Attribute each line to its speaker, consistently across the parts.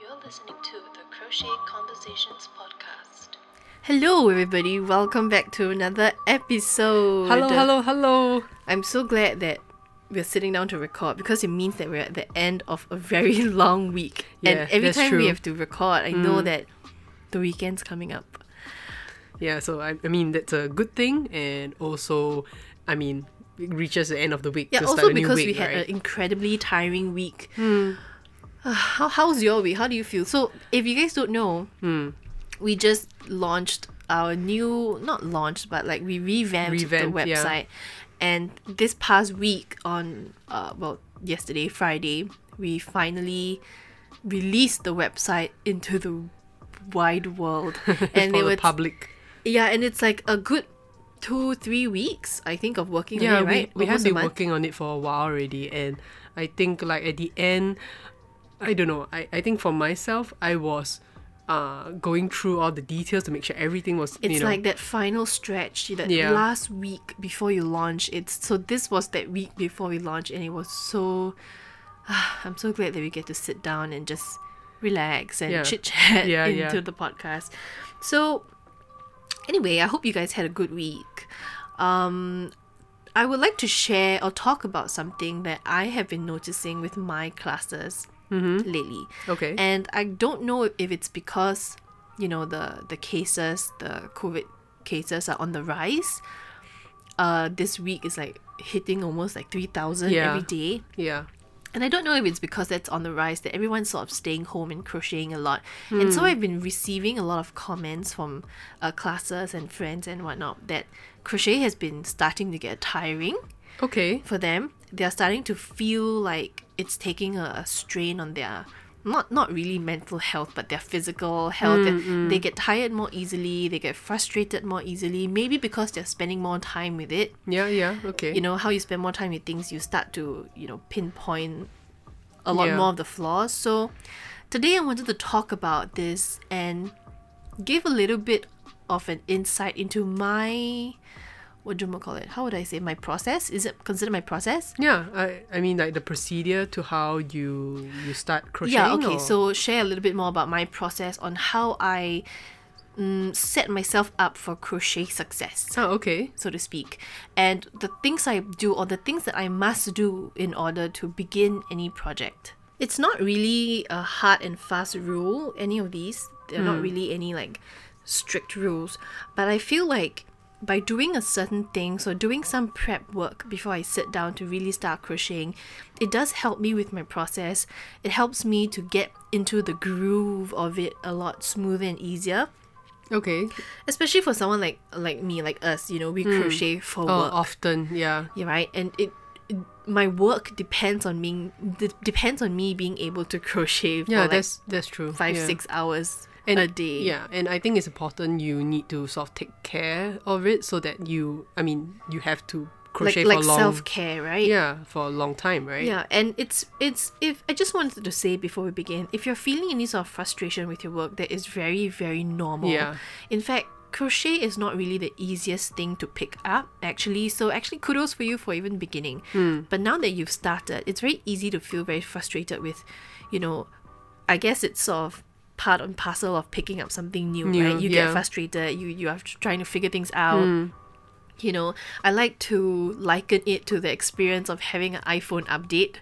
Speaker 1: You're listening to the Crochet Conversations podcast.
Speaker 2: Hello, everybody. Welcome back to another episode.
Speaker 3: Hello, hello, hello.
Speaker 2: I'm so glad that we're sitting down to record because it means that we're at the end of a very long week.
Speaker 3: Yeah,
Speaker 2: and every
Speaker 3: that's
Speaker 2: time we
Speaker 3: true. Mm.
Speaker 2: have to record, I know that the weekend's coming up.
Speaker 3: Yeah, so I, I mean that's a good thing, and also, I mean, it reaches the end of the week
Speaker 2: Yeah,
Speaker 3: to
Speaker 2: also
Speaker 3: start a new
Speaker 2: because
Speaker 3: week,
Speaker 2: we had
Speaker 3: right? Hmm.
Speaker 2: an incredibly tiring week. Uh, How, how's your week? How do you feel? So, if you guys don't know,
Speaker 3: Hmm.
Speaker 2: we just launched our new, not launched, but like we revamped,
Speaker 3: Revamped,
Speaker 2: the
Speaker 3: yeah.
Speaker 2: website. And this past week, on, uh, well, yesterday, Friday, we finally released the website into the wide world. and
Speaker 3: for
Speaker 2: it
Speaker 3: the
Speaker 2: was,
Speaker 3: public.
Speaker 2: yeah, and it's like a good two, three weeks, I think, of working
Speaker 3: Yeah,
Speaker 2: on it,
Speaker 3: we,
Speaker 2: right?
Speaker 3: we have
Speaker 2: Almost a
Speaker 3: been
Speaker 2: month.
Speaker 3: working on it for a while already, and I think like at the end, I don't know. I, I think for myself, I was uh going through all the details to make sure everything was
Speaker 2: It's
Speaker 3: you know
Speaker 2: like that final stretch, that
Speaker 3: Yeah.
Speaker 2: last week before you launch. It's so this was that week before we launched, and it was so. I'm so glad that we get to sit down and just relax and
Speaker 3: Yeah.
Speaker 2: chit chat
Speaker 3: Yeah, yeah.
Speaker 2: into the podcast. So, anyway, I hope you guys had a good week. Um, I would like to share or talk about something that I have been noticing with my classes lately.
Speaker 3: Mm-hmm. okay
Speaker 2: And I don't know if it's because, you know, the the cases, the COVID cases are on the rise. Uh, this week is like hitting almost like three thousand
Speaker 3: Yeah.
Speaker 2: every day,
Speaker 3: yeah
Speaker 2: and I don't know if it's because that's on the rise that everyone's sort of staying home and crocheting a lot. And
Speaker 3: Hmm.
Speaker 2: so I've been receiving a lot of comments from uh, classes and friends and whatnot that crochet has been starting to get tiring
Speaker 3: okay
Speaker 2: for them they're starting to feel like it's taking a, a strain on their not not really mental health but their physical health
Speaker 3: Mm-hmm.
Speaker 2: And they get tired more easily they get frustrated more easily maybe because they're spending more time with it
Speaker 3: yeah yeah okay
Speaker 2: you know how you spend more time with things you start to you know pinpoint a lot
Speaker 3: Yeah.
Speaker 2: more of the flaws so today i wanted to talk about this and give a little bit of an insight into my what do you call it how would i say my process is it considered my process
Speaker 3: yeah I I mean like the procedure to how you you start crocheting
Speaker 2: yeah okay
Speaker 3: or-
Speaker 2: so share a little bit more about my process on how i mm, set myself up for crochet success
Speaker 3: oh okay
Speaker 2: so to speak, and the things I do or the things that I must do in order to begin any project. It's not really a hard and fast rule, any of these. They're not really any like strict rules, but I feel like by doing a certain thing, so doing some prep work before I sit down to really start crocheting, it does help me with my process. It helps me to get into the groove of it a lot smoother and easier
Speaker 3: Okay.
Speaker 2: especially for someone like like me like us you know we crochet for
Speaker 3: Oh,
Speaker 2: work
Speaker 3: often, yeah.
Speaker 2: yeah, right and it, it- my work depends on being de- depends on me being able to crochet for
Speaker 3: Yeah,
Speaker 2: like
Speaker 3: that's that's true.
Speaker 2: five
Speaker 3: yeah.
Speaker 2: six hours
Speaker 3: and,
Speaker 2: a day
Speaker 3: Yeah, and I think it's important you need to sort of take care of it so that you, I mean, you have to
Speaker 2: like
Speaker 3: crochet
Speaker 2: like
Speaker 3: for long.
Speaker 2: self-care right
Speaker 3: Yeah, for a long time, right?
Speaker 2: Yeah, and it's it's if I just wanted to say before we begin, if you're feeling any sort of frustration with your work, that is very very normal.
Speaker 3: Yeah.
Speaker 2: In fact, crochet is not really the easiest thing to pick up actually. So actually, kudos for you for even beginning.
Speaker 3: Hmm.
Speaker 2: But now that you've started, it's very easy to feel very frustrated with, you know, I guess it's sort of part and parcel of picking up something new,
Speaker 3: New,
Speaker 2: right? You get
Speaker 3: yeah. Hmm.
Speaker 2: frustrated. You you are trying to figure things out you know, I like to liken it to the experience of having an iPhone update.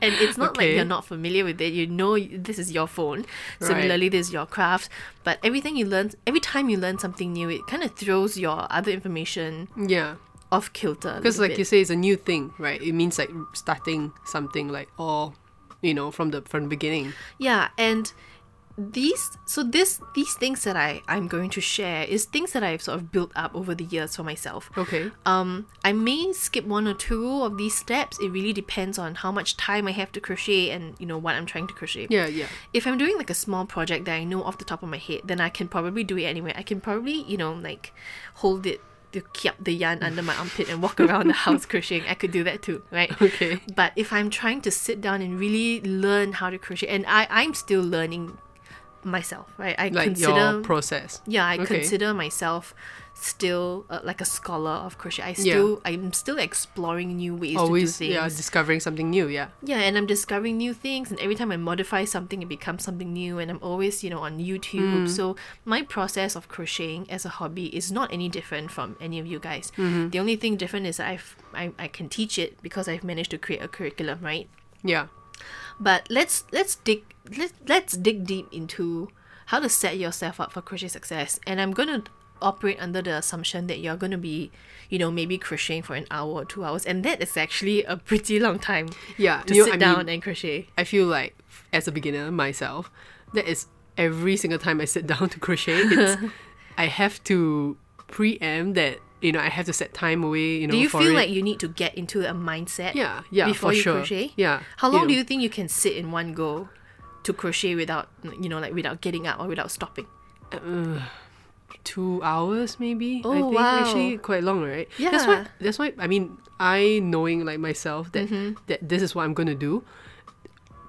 Speaker 2: and it's not like
Speaker 3: Okay.
Speaker 2: you're not familiar with it. You know y- this is your phone. Similarly, this is your craft. But everything you learn, every time you learn something new, it kind of throws your other information
Speaker 3: Yeah.
Speaker 2: off kilter. a
Speaker 3: Because
Speaker 2: little
Speaker 3: like
Speaker 2: bit.
Speaker 3: you say, it's a new thing, right? It means like starting something like all, you know, from the from the beginning.
Speaker 2: yeah and these so this these things that i i'm going to share is things that i've sort of built up over the years for myself
Speaker 3: Okay.
Speaker 2: Um, I may skip one or two of these steps. It really depends on how much time I have to crochet and you know what I'm trying to crochet.
Speaker 3: Yeah, yeah.
Speaker 2: If I'm doing like a small project that I know off the top of my head, then I can probably do it anyway. I can probably you know like hold it to keep the yarn under my armpit and walk around the house crocheting. I could do that too, right?
Speaker 3: Okay.
Speaker 2: But if I'm trying to sit down and really learn how to crochet, and I I'm still learning myself, right? I
Speaker 3: Like
Speaker 2: consider
Speaker 3: your process.
Speaker 2: yeah, I
Speaker 3: Okay.
Speaker 2: consider myself still uh, like a scholar of crochet. I still I'm still exploring new ways
Speaker 3: Always
Speaker 2: to do things.
Speaker 3: yeah, discovering something new, yeah.
Speaker 2: Yeah, and I'm discovering new things, and every time I modify something, it becomes something new. And I'm always, you know, on YouTube. So my process of crocheting as a hobby is not any different from any of you guys. The only thing different is I've I, I can teach it because I've managed to create a curriculum, right?
Speaker 3: Yeah.
Speaker 2: But let's let's dig let let's dig deep into how to set yourself up for crochet success. And I'm gonna operate under the assumption that you're gonna be, you know, maybe crocheting for an hour or two hours, and that is actually a pretty long time
Speaker 3: Yeah.
Speaker 2: to
Speaker 3: you know,
Speaker 2: sit
Speaker 3: I mean,
Speaker 2: down and crochet.
Speaker 3: I feel like as a beginner myself, that is every single time I sit down to crochet, it's, I have to preempt that you know I have to set time away. You know,
Speaker 2: Do you
Speaker 3: for
Speaker 2: feel
Speaker 3: it.
Speaker 2: like you need to get into a mindset?
Speaker 3: yeah, yeah,
Speaker 2: before
Speaker 3: for
Speaker 2: you
Speaker 3: sure.
Speaker 2: crochet.
Speaker 3: Yeah.
Speaker 2: How long do you think you can sit in one go to crochet without you know like without getting up or without stopping?
Speaker 3: two hours maybe. I
Speaker 2: Oh,
Speaker 3: think
Speaker 2: wow.
Speaker 3: actually quite long, right? That's why
Speaker 2: Yeah.
Speaker 3: that's why I mean I knowing like myself that
Speaker 2: Mm-hmm.
Speaker 3: that this is what I'm gonna do.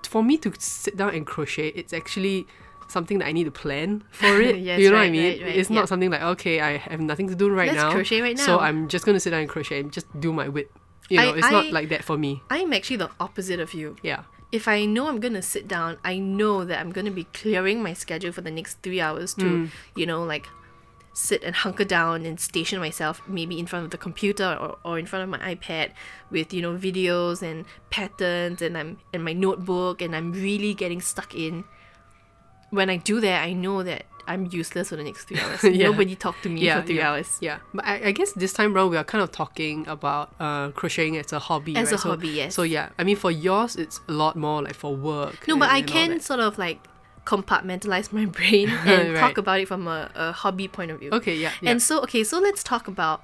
Speaker 3: For me to sit down and crochet, it's actually something that I need to plan for it.
Speaker 2: Yes,
Speaker 3: you know what I
Speaker 2: right,
Speaker 3: mean?
Speaker 2: right, right,
Speaker 3: it's
Speaker 2: yeah.
Speaker 3: not something like okay, I have nothing to do right
Speaker 2: Let's
Speaker 3: now.
Speaker 2: crochet right now.
Speaker 3: So I'm just gonna sit down and crochet and just do my whip. You
Speaker 2: I-
Speaker 3: know, it's not
Speaker 2: I-
Speaker 3: like that for me.
Speaker 2: I'm actually the opposite of you.
Speaker 3: Yeah.
Speaker 2: If I know I'm gonna sit down, I know that I'm gonna be clearing my schedule for the next three hours to you know like sit and hunker down and station myself maybe in front of the computer or, or in front of my iPad with you know videos and patterns and I'm and my notebook and I'm really getting stuck in. When I do that, I know that I'm useless for the next three hours.
Speaker 3: Yeah.
Speaker 2: Nobody talked to me
Speaker 3: Yeah,
Speaker 2: for three
Speaker 3: yeah,
Speaker 2: hours.
Speaker 3: Yeah, but I, I guess this time round we are kind of talking about uh, crocheting as a hobby.
Speaker 2: As
Speaker 3: right?
Speaker 2: a
Speaker 3: so,
Speaker 2: hobby, yes.
Speaker 3: So yeah, I mean for yours it's a lot more like for work.
Speaker 2: No, but
Speaker 3: and-
Speaker 2: I
Speaker 3: and all
Speaker 2: can
Speaker 3: that.
Speaker 2: sort of like compartmentalize my brain and
Speaker 3: Right.
Speaker 2: talk about it from a, a hobby point of view.
Speaker 3: Okay, yeah, yeah.
Speaker 2: And so, okay, so let's talk about,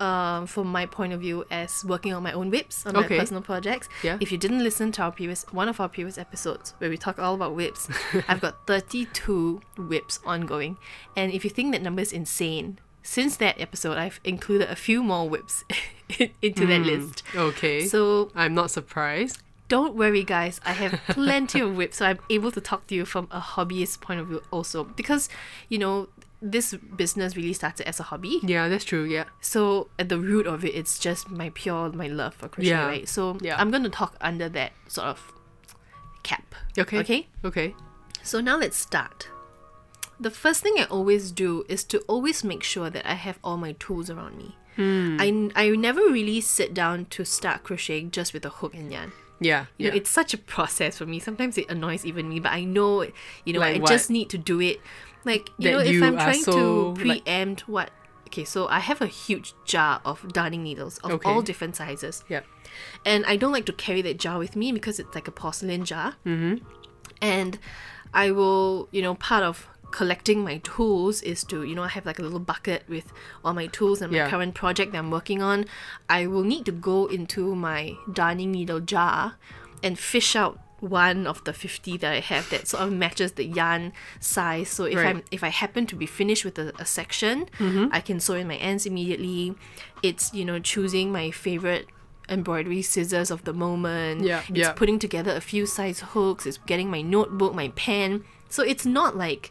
Speaker 2: um, from my point of view as working on my own whips on
Speaker 3: Okay.
Speaker 2: my personal projects.
Speaker 3: Yeah.
Speaker 2: If you didn't listen to our previous one of our previous episodes where we talk all about whips, I've got thirty-two whips ongoing, and if you think that number is insane. Since that episode, I've included a few more whips into that list.
Speaker 3: Hmm. Okay.
Speaker 2: So
Speaker 3: I'm not surprised.
Speaker 2: don't worry, guys. I have plenty of whips, so I'm able to talk to you from a hobbyist point of view also. Because, you know, this business really started as a hobby.
Speaker 3: Yeah, that's true. Yeah.
Speaker 2: So at the root of it, it's just my pure my love for crochet,
Speaker 3: Yeah.
Speaker 2: right? So
Speaker 3: Yeah.
Speaker 2: I'm gonna talk under that sort of cap.
Speaker 3: Okay.
Speaker 2: Okay.
Speaker 3: Okay.
Speaker 2: So now let's start. The first thing I always do is to always make sure that I have all my tools around me.
Speaker 3: Hmm.
Speaker 2: I, I never really sit down to start crocheting just with a hook and yarn.
Speaker 3: Yeah.
Speaker 2: You
Speaker 3: Yeah.
Speaker 2: know, it's such a process for me. Sometimes it annoys even me, but I know, you know,
Speaker 3: Like
Speaker 2: I
Speaker 3: what?
Speaker 2: just need to do it. Like, you
Speaker 3: That
Speaker 2: know, if
Speaker 3: you
Speaker 2: I'm
Speaker 3: are
Speaker 2: trying
Speaker 3: so,
Speaker 2: to
Speaker 3: like-
Speaker 2: preempt what. Okay, so I have a huge jar of darning needles of
Speaker 3: Okay.
Speaker 2: all different sizes.
Speaker 3: yeah.
Speaker 2: And I don't like to carry that jar with me because it's like a porcelain jar. Mm-hmm. And I will, you know, part of collecting my tools is to, you know, I have like a little bucket with all my tools and my
Speaker 3: Yeah.
Speaker 2: current project that I'm working on. I will need to go into my darning needle jar and fish out one of the 50 that I have that sort of matches the yarn size. So if
Speaker 3: Right. Mm-hmm.
Speaker 2: I'm if I happen to be finished with a, a section, I can sew in my ends immediately. It's, you know, choosing my favorite embroidery scissors of the moment.
Speaker 3: Yeah,
Speaker 2: It's
Speaker 3: yeah.
Speaker 2: putting together a few size hooks, it's getting my notebook, my pen. So it's not like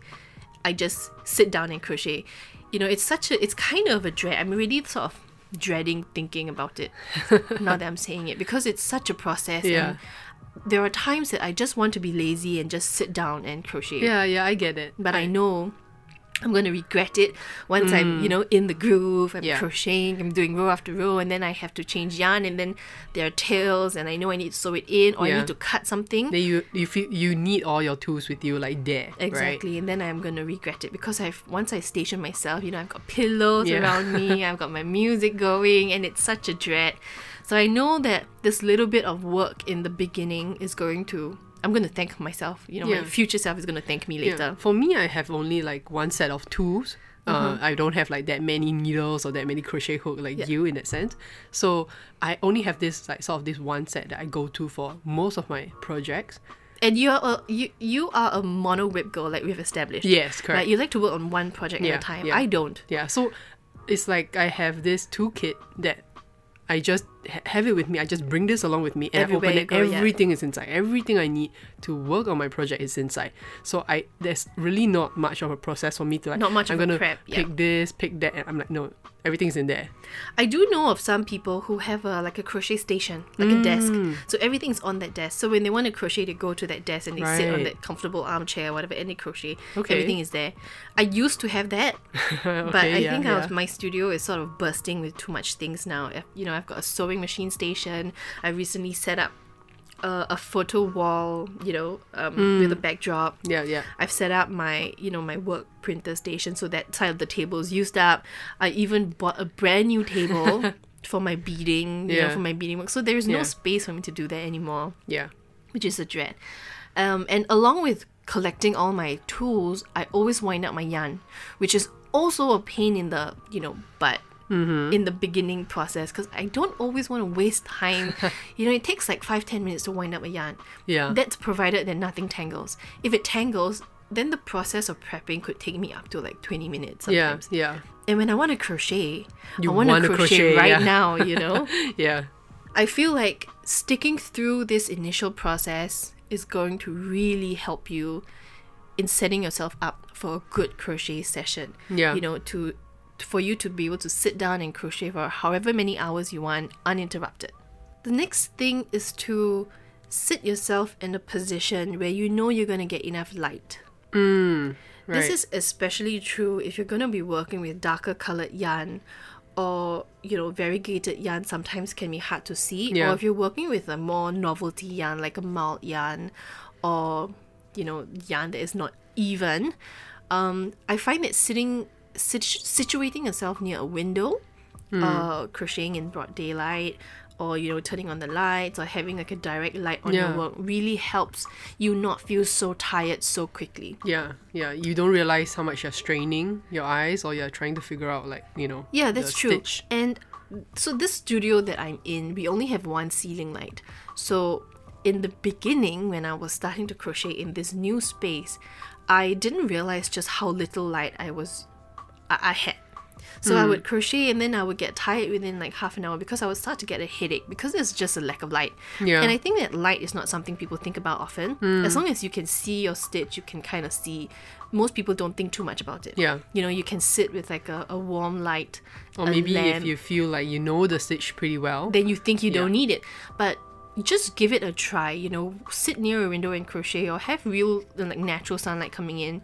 Speaker 2: I just sit down and crochet. You know, it's such a it's kind of a dread. I'm really sort of dreading thinking about it now that I'm saying it because it's such a process
Speaker 3: Yeah.
Speaker 2: and there are times that I just want to be lazy and just sit down and crochet.
Speaker 3: Yeah. Yeah. I get it.
Speaker 2: But I know I'm going to regret it once I'm, you know, in the groove, I'm
Speaker 3: Mm. Yeah.
Speaker 2: crocheting, I'm doing row after row, and then I have to change yarn, and then there are tails, and I know I need to sew it in, or I
Speaker 3: Yeah.
Speaker 2: need to cut something.
Speaker 3: Then you you feel you need all your tools with you like there.
Speaker 2: Exactly, and then I'm gonna regret it because I've once I station myself, you know, I've got pillows
Speaker 3: Yeah.
Speaker 2: around me, I've got my music going, and it's such a dread. So I know that this little bit of work in the beginning is going to, I'm gonna thank myself. You know, my
Speaker 3: Yeah.
Speaker 2: future self is gonna thank me
Speaker 3: Right?
Speaker 2: later.
Speaker 3: Yeah. For me, I have only like one set of tools. Uh, I don't have like that many needles or that many crochet hook like you in that sense. So I only have this like sort of this one set that I go to for most of my projects.
Speaker 2: And you are a, you you are a mono whip girl, like we've established.
Speaker 3: Yes, correct.
Speaker 2: Right, you like to work on one project
Speaker 3: Yeah,
Speaker 2: at a time.
Speaker 3: yeah.
Speaker 2: I don't.
Speaker 3: Yeah, so it's like I have this toolkit that I just ha- have it with me. I just bring this along with me and
Speaker 2: Everywhere
Speaker 3: I
Speaker 2: you
Speaker 3: open it.
Speaker 2: go, yeah.
Speaker 3: Everything is inside. Everything I need to work on my project is inside. So I there's really not much of a process for me to like.
Speaker 2: Not much
Speaker 3: I'm
Speaker 2: of a
Speaker 3: gonna
Speaker 2: prep, yeah.
Speaker 3: pick this, pick that, and I'm like, no, everything's in there.
Speaker 2: I do know of some people who have a like a crochet station, like
Speaker 3: Mm.
Speaker 2: a desk. So everything's on that desk. So when they want to crochet, they go to that desk and they sit on
Speaker 3: Right.
Speaker 2: that comfortable armchair, whatever, and they crochet.
Speaker 3: Okay.
Speaker 2: Everything is there. I used to have that, but
Speaker 3: Okay,
Speaker 2: I
Speaker 3: yeah,
Speaker 2: think I was,
Speaker 3: yeah.
Speaker 2: my studio is sort of bursting with too much things now. If- You know, I've got a sewing machine station. I recently set up a, a photo wall. You know, um, with a
Speaker 3: Mm.
Speaker 2: backdrop.
Speaker 3: Yeah, yeah.
Speaker 2: I've set up my, you know, my work printer station so that side of the table is used up. I even bought a brand new table for my beading, you know,
Speaker 3: Yeah.
Speaker 2: for my beading work. So there is no
Speaker 3: Yeah.
Speaker 2: space for me to do that anymore,
Speaker 3: Yeah.
Speaker 2: which is a dread. Um, and along with collecting all my tools, I always wind up my yarn, which is also a pain in the, you know, butt.
Speaker 3: Mm-hmm.
Speaker 2: In the beginning process, because I don't always want to waste time. you know, it takes like five ten minutes to wind up a yarn.
Speaker 3: Yeah.
Speaker 2: That's provided that nothing tangles. If it tangles, then the process of prepping could take me up to like 20 minutes
Speaker 3: Yeah.
Speaker 2: sometimes.
Speaker 3: Yeah.
Speaker 2: And when I want to crochet,
Speaker 3: You
Speaker 2: I want to
Speaker 3: wanna
Speaker 2: crochet,
Speaker 3: crochet,
Speaker 2: right
Speaker 3: yeah.
Speaker 2: now, you know?
Speaker 3: Yeah.
Speaker 2: I feel like sticking through this initial process is going to really help you in setting yourself up for a good crochet session.
Speaker 3: Yeah.
Speaker 2: You know, to for you to be able to sit down and crochet for however many hours you want uninterrupted. The next thing is to sit yourself in a position where you know you're going to get enough light. This
Speaker 3: Right.
Speaker 2: is especially true if you're going to be working with darker colored yarn or, you know, variegated yarn sometimes can be hard to see. Or
Speaker 3: Yeah.
Speaker 2: if you're working with a more novelty yarn, like a mild yarn or, you know, yarn that is not even, um, I find that sitting, sit- situating yourself near a window,
Speaker 3: Hmm.
Speaker 2: uh, crocheting in broad daylight or, you know, turning on the lights or having like a direct light on
Speaker 3: Yeah.
Speaker 2: your work really helps you not feel so tired so quickly.
Speaker 3: Yeah, yeah. You don't realize how much you're straining your eyes, or you're trying to figure out, like you know.
Speaker 2: Yeah,
Speaker 3: the
Speaker 2: that's true.
Speaker 3: stitch.
Speaker 2: And so this studio that I'm in, we only have one ceiling light. So in the beginning, when I was starting to crochet in this new space, I didn't realize just how little light I was I, I had. So
Speaker 3: Hmm.
Speaker 2: I would crochet and then I would get tired within like half an hour because I would start to get a headache because there's just a lack of light.
Speaker 3: Yeah.
Speaker 2: And I think that light is not something people think about often.
Speaker 3: Hmm.
Speaker 2: As long as you can see your stitch, you can kind of see. Most people don't think too much about it.
Speaker 3: Yeah.
Speaker 2: You know, you can sit with like a, a warm light.
Speaker 3: Or
Speaker 2: a
Speaker 3: maybe if
Speaker 2: lamp,
Speaker 3: you feel like you know the stitch pretty well.
Speaker 2: then you think you don't
Speaker 3: Yeah.
Speaker 2: need it. But just give it a try, you know, sit near a window and crochet or have real like natural sunlight coming in.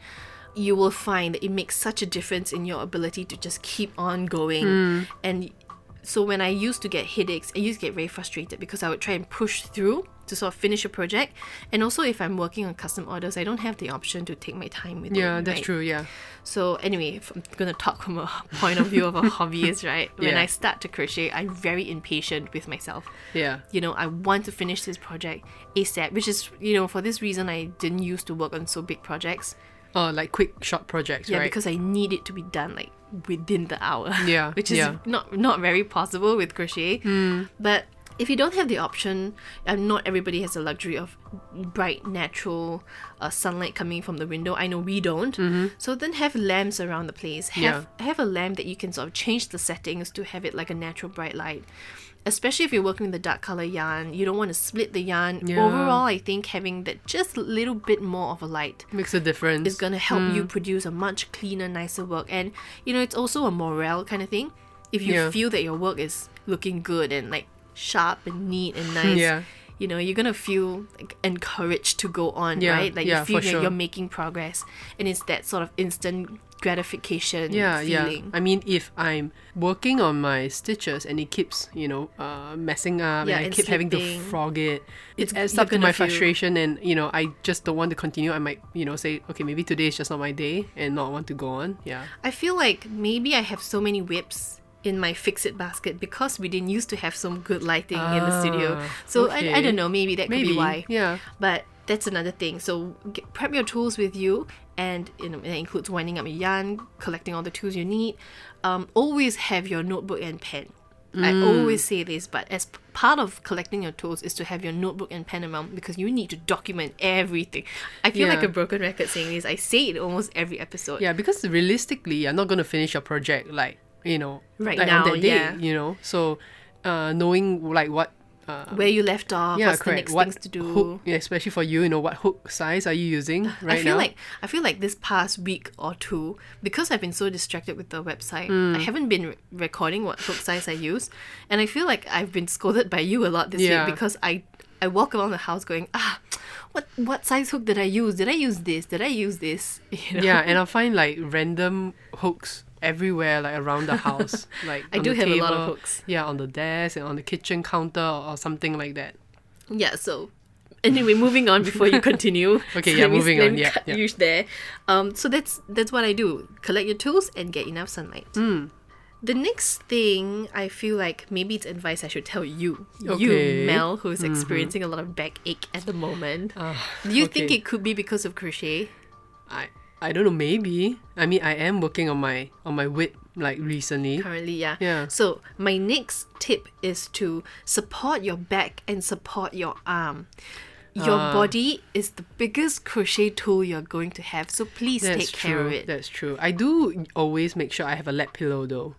Speaker 2: You will find that it makes such a difference in your ability to just keep on going.
Speaker 3: Hmm.
Speaker 2: And so when I used to get headaches, I used to get very frustrated because I would try and push through to sort of finish a project. And also if I'm working on custom orders, I don't have the option to take my time with it.
Speaker 3: yeah, that's
Speaker 2: right?
Speaker 3: true. Yeah,
Speaker 2: So anyway, if I'm gonna talk from a point of view of a hobbyist, right? When
Speaker 3: Yeah.
Speaker 2: I start to crochet, I'm very impatient with myself.
Speaker 3: yeah,
Speaker 2: You know, I want to finish this project ASAP, which is you know for this reason I didn't used to work on so big projects.
Speaker 3: or Oh, like quick short projects,
Speaker 2: Yeah,
Speaker 3: right?
Speaker 2: because I need it to be done like within the hour.
Speaker 3: Yeah,
Speaker 2: which is
Speaker 3: yeah. Hmm.
Speaker 2: not not very possible with crochet. But if you don't have the option, and not everybody has the luxury of bright natural uh, sunlight coming from the window. I know we don't.
Speaker 3: Mm-hmm.
Speaker 2: So then have lamps around the place. Have have a lamp that you can sort of change the settings to have it like a natural bright light. Especially if you're working with a dark color yarn, you don't want to split the yarn.
Speaker 3: Yeah.
Speaker 2: Overall, I think having that just little bit more of a light
Speaker 3: makes a difference.
Speaker 2: is gonna help you
Speaker 3: Hmm.
Speaker 2: produce a much cleaner, nicer work. And you know, it's also a morale kind of thing. If you
Speaker 3: Yeah.
Speaker 2: feel that your work is looking good and like sharp and neat and nice,
Speaker 3: Yeah.
Speaker 2: you know, you're gonna feel like encouraged to go on,
Speaker 3: Yeah,
Speaker 2: right? Like
Speaker 3: yeah,
Speaker 2: you feel
Speaker 3: for
Speaker 2: that
Speaker 3: sure.
Speaker 2: you're making progress, and it's that sort of instant gratification
Speaker 3: yeah,
Speaker 2: feeling.
Speaker 3: yeah. I mean, if I'm working on my stitches and it keeps, you know, uh, messing up,
Speaker 2: Yeah,
Speaker 3: and I
Speaker 2: and
Speaker 3: keep having to
Speaker 2: slipping.
Speaker 3: frog it, it
Speaker 2: It's-
Speaker 3: adds
Speaker 2: you're
Speaker 3: up to
Speaker 2: gonna
Speaker 3: my
Speaker 2: feel-
Speaker 3: frustration, and you know, I just don't want to continue. I might, you know, say, okay, maybe today is just not my day, and not want to go on. Yeah,
Speaker 2: I feel like maybe I have so many whips in my fix it basket because we didn't used to have some good lighting in the studio.
Speaker 3: Ah,
Speaker 2: So I, I
Speaker 3: okay.
Speaker 2: don't know, maybe that could
Speaker 3: maybe.
Speaker 2: be why.
Speaker 3: Yeah,
Speaker 2: But that's another thing. So get, prep your tools with you, and you know, that includes winding up your yarn, collecting all the tools you need. Um, always have your notebook and pen.
Speaker 3: Mm.
Speaker 2: I always say this, but as p- part of collecting your tools is to have your notebook and pen around because you need to document everything. I feel like
Speaker 3: Yeah.
Speaker 2: a broken record saying this. I say it almost every episode.
Speaker 3: Yeah, because realistically, you're not going to finish your project like you know
Speaker 2: Right
Speaker 3: like
Speaker 2: now,
Speaker 3: on that day.
Speaker 2: yeah.
Speaker 3: You know, so uh, knowing like what uh,
Speaker 2: Where you left off, what's the next
Speaker 3: what
Speaker 2: things to do.
Speaker 3: hook- yeah, especially for you, you know, what hook size are you using
Speaker 2: I
Speaker 3: right
Speaker 2: feel
Speaker 3: now?
Speaker 2: like I feel like this past week or two, because I've been so distracted with the website,
Speaker 3: Hmm.
Speaker 2: I haven't been re- recording what hook size I use, and I feel like I've been scolded by you a lot this
Speaker 3: Yeah.
Speaker 2: week because I I walk around the house going ah, what what size hook did I use? Did I use this? Did I use this? You know?
Speaker 3: yeah, and I find like random hooks everywhere, like around the house. Like
Speaker 2: I
Speaker 3: on
Speaker 2: do
Speaker 3: the
Speaker 2: have a lot of
Speaker 3: table,
Speaker 2: hooks.
Speaker 3: Yeah, on the desk and on the kitchen counter or, or something like that.
Speaker 2: Yeah, so anyway, moving on before you continue.
Speaker 3: Okay,
Speaker 2: So
Speaker 3: yeah,
Speaker 2: let me-
Speaker 3: moving
Speaker 2: let
Speaker 3: on,
Speaker 2: me
Speaker 3: yeah,
Speaker 2: cut
Speaker 3: yeah.
Speaker 2: You there. Um, so that's that's what I do: collect your tools and get enough sunlight.
Speaker 3: Hmm.
Speaker 2: The next thing I feel like maybe it's advice I should tell you,
Speaker 3: Okay. Mm-hmm.
Speaker 2: you Mel, who is experiencing a lot of back ache at the moment. do you think
Speaker 3: Ah, okay.
Speaker 2: it could be because of crochet?
Speaker 3: I I don't know, maybe. I mean I am working on my on my width like recently.
Speaker 2: Currently, yeah.
Speaker 3: Yeah.
Speaker 2: So my next tip is to support your back and support your arm. Your
Speaker 3: Ah.
Speaker 2: body is the biggest crochet tool you're going to have, so please take
Speaker 3: That's
Speaker 2: care
Speaker 3: true.
Speaker 2: of it.
Speaker 3: That's true. I do always make sure I have a lap pillow though.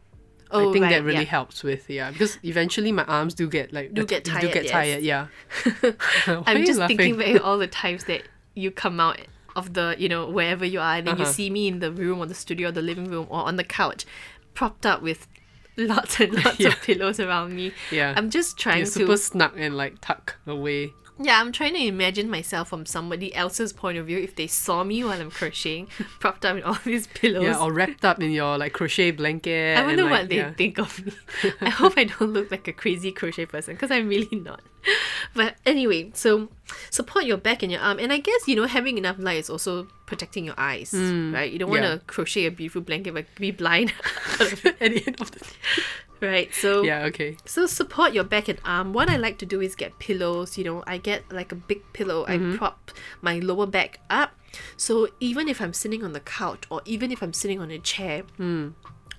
Speaker 2: Oh,
Speaker 3: I think
Speaker 2: right,
Speaker 3: that really
Speaker 2: yeah.
Speaker 3: helps with yeah because eventually my arms do get like
Speaker 2: Do get
Speaker 3: do
Speaker 2: tired,
Speaker 3: get
Speaker 2: yes.
Speaker 3: tired yeah. Why are
Speaker 2: I'm
Speaker 3: you
Speaker 2: just
Speaker 3: laughing?
Speaker 2: thinking back all the times that you come out of the, you know, wherever you are, and then you
Speaker 3: Uh-huh.
Speaker 2: see me in the room or the studio or the living room or on the couch, propped up with lots and lots
Speaker 3: Yeah.
Speaker 2: of pillows around me.
Speaker 3: Yeah.
Speaker 2: I'm just trying
Speaker 3: You're
Speaker 2: to
Speaker 3: super snug and like tuck away.
Speaker 2: Yeah, I'm trying to imagine myself from somebody else's point of view if they saw me while I'm crocheting, propped up in all these pillows.
Speaker 3: Yeah, or wrapped up in your like crochet blanket.
Speaker 2: I
Speaker 3: and,
Speaker 2: wonder
Speaker 3: like,
Speaker 2: what they
Speaker 3: yeah.
Speaker 2: think of me. I hope I don't look like a crazy crochet person because I'm really not. But anyway, so support your back and your arm. And I guess, you know, having enough light is also protecting your eyes, right? You don't want to
Speaker 3: Mm, yeah.
Speaker 2: crochet a beautiful blanket but be blind.
Speaker 3: at the end of the day.
Speaker 2: right, so.
Speaker 3: Yeah, okay.
Speaker 2: So support your back and arm. What I like to do is get pillows. You know, I get like a big pillow. I prop my lower back up. So even if I'm sitting on the couch or even if I'm sitting on a chair,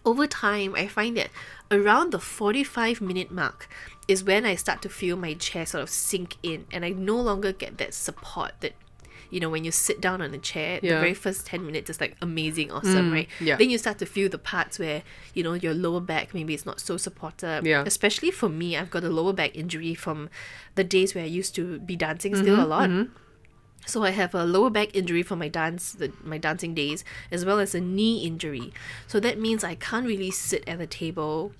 Speaker 2: over time I find that around the 45 minute mark is when I start to feel my chair sort of sink in and I no longer get that support that you know when you sit down on a chair the
Speaker 3: Yeah. Mm,
Speaker 2: very first 10 minutes is like amazing awesome right
Speaker 3: yeah.
Speaker 2: then you start to feel the parts where you know your lower back maybe it's not so supported
Speaker 3: Yeah.
Speaker 2: especially for me i've got a lower back injury from the days where i used to be dancing
Speaker 3: Mm-hmm,
Speaker 2: still a lot so I have a lower back injury from my dance, the, my dancing days, as well as a knee injury. So that means I can't really sit at the table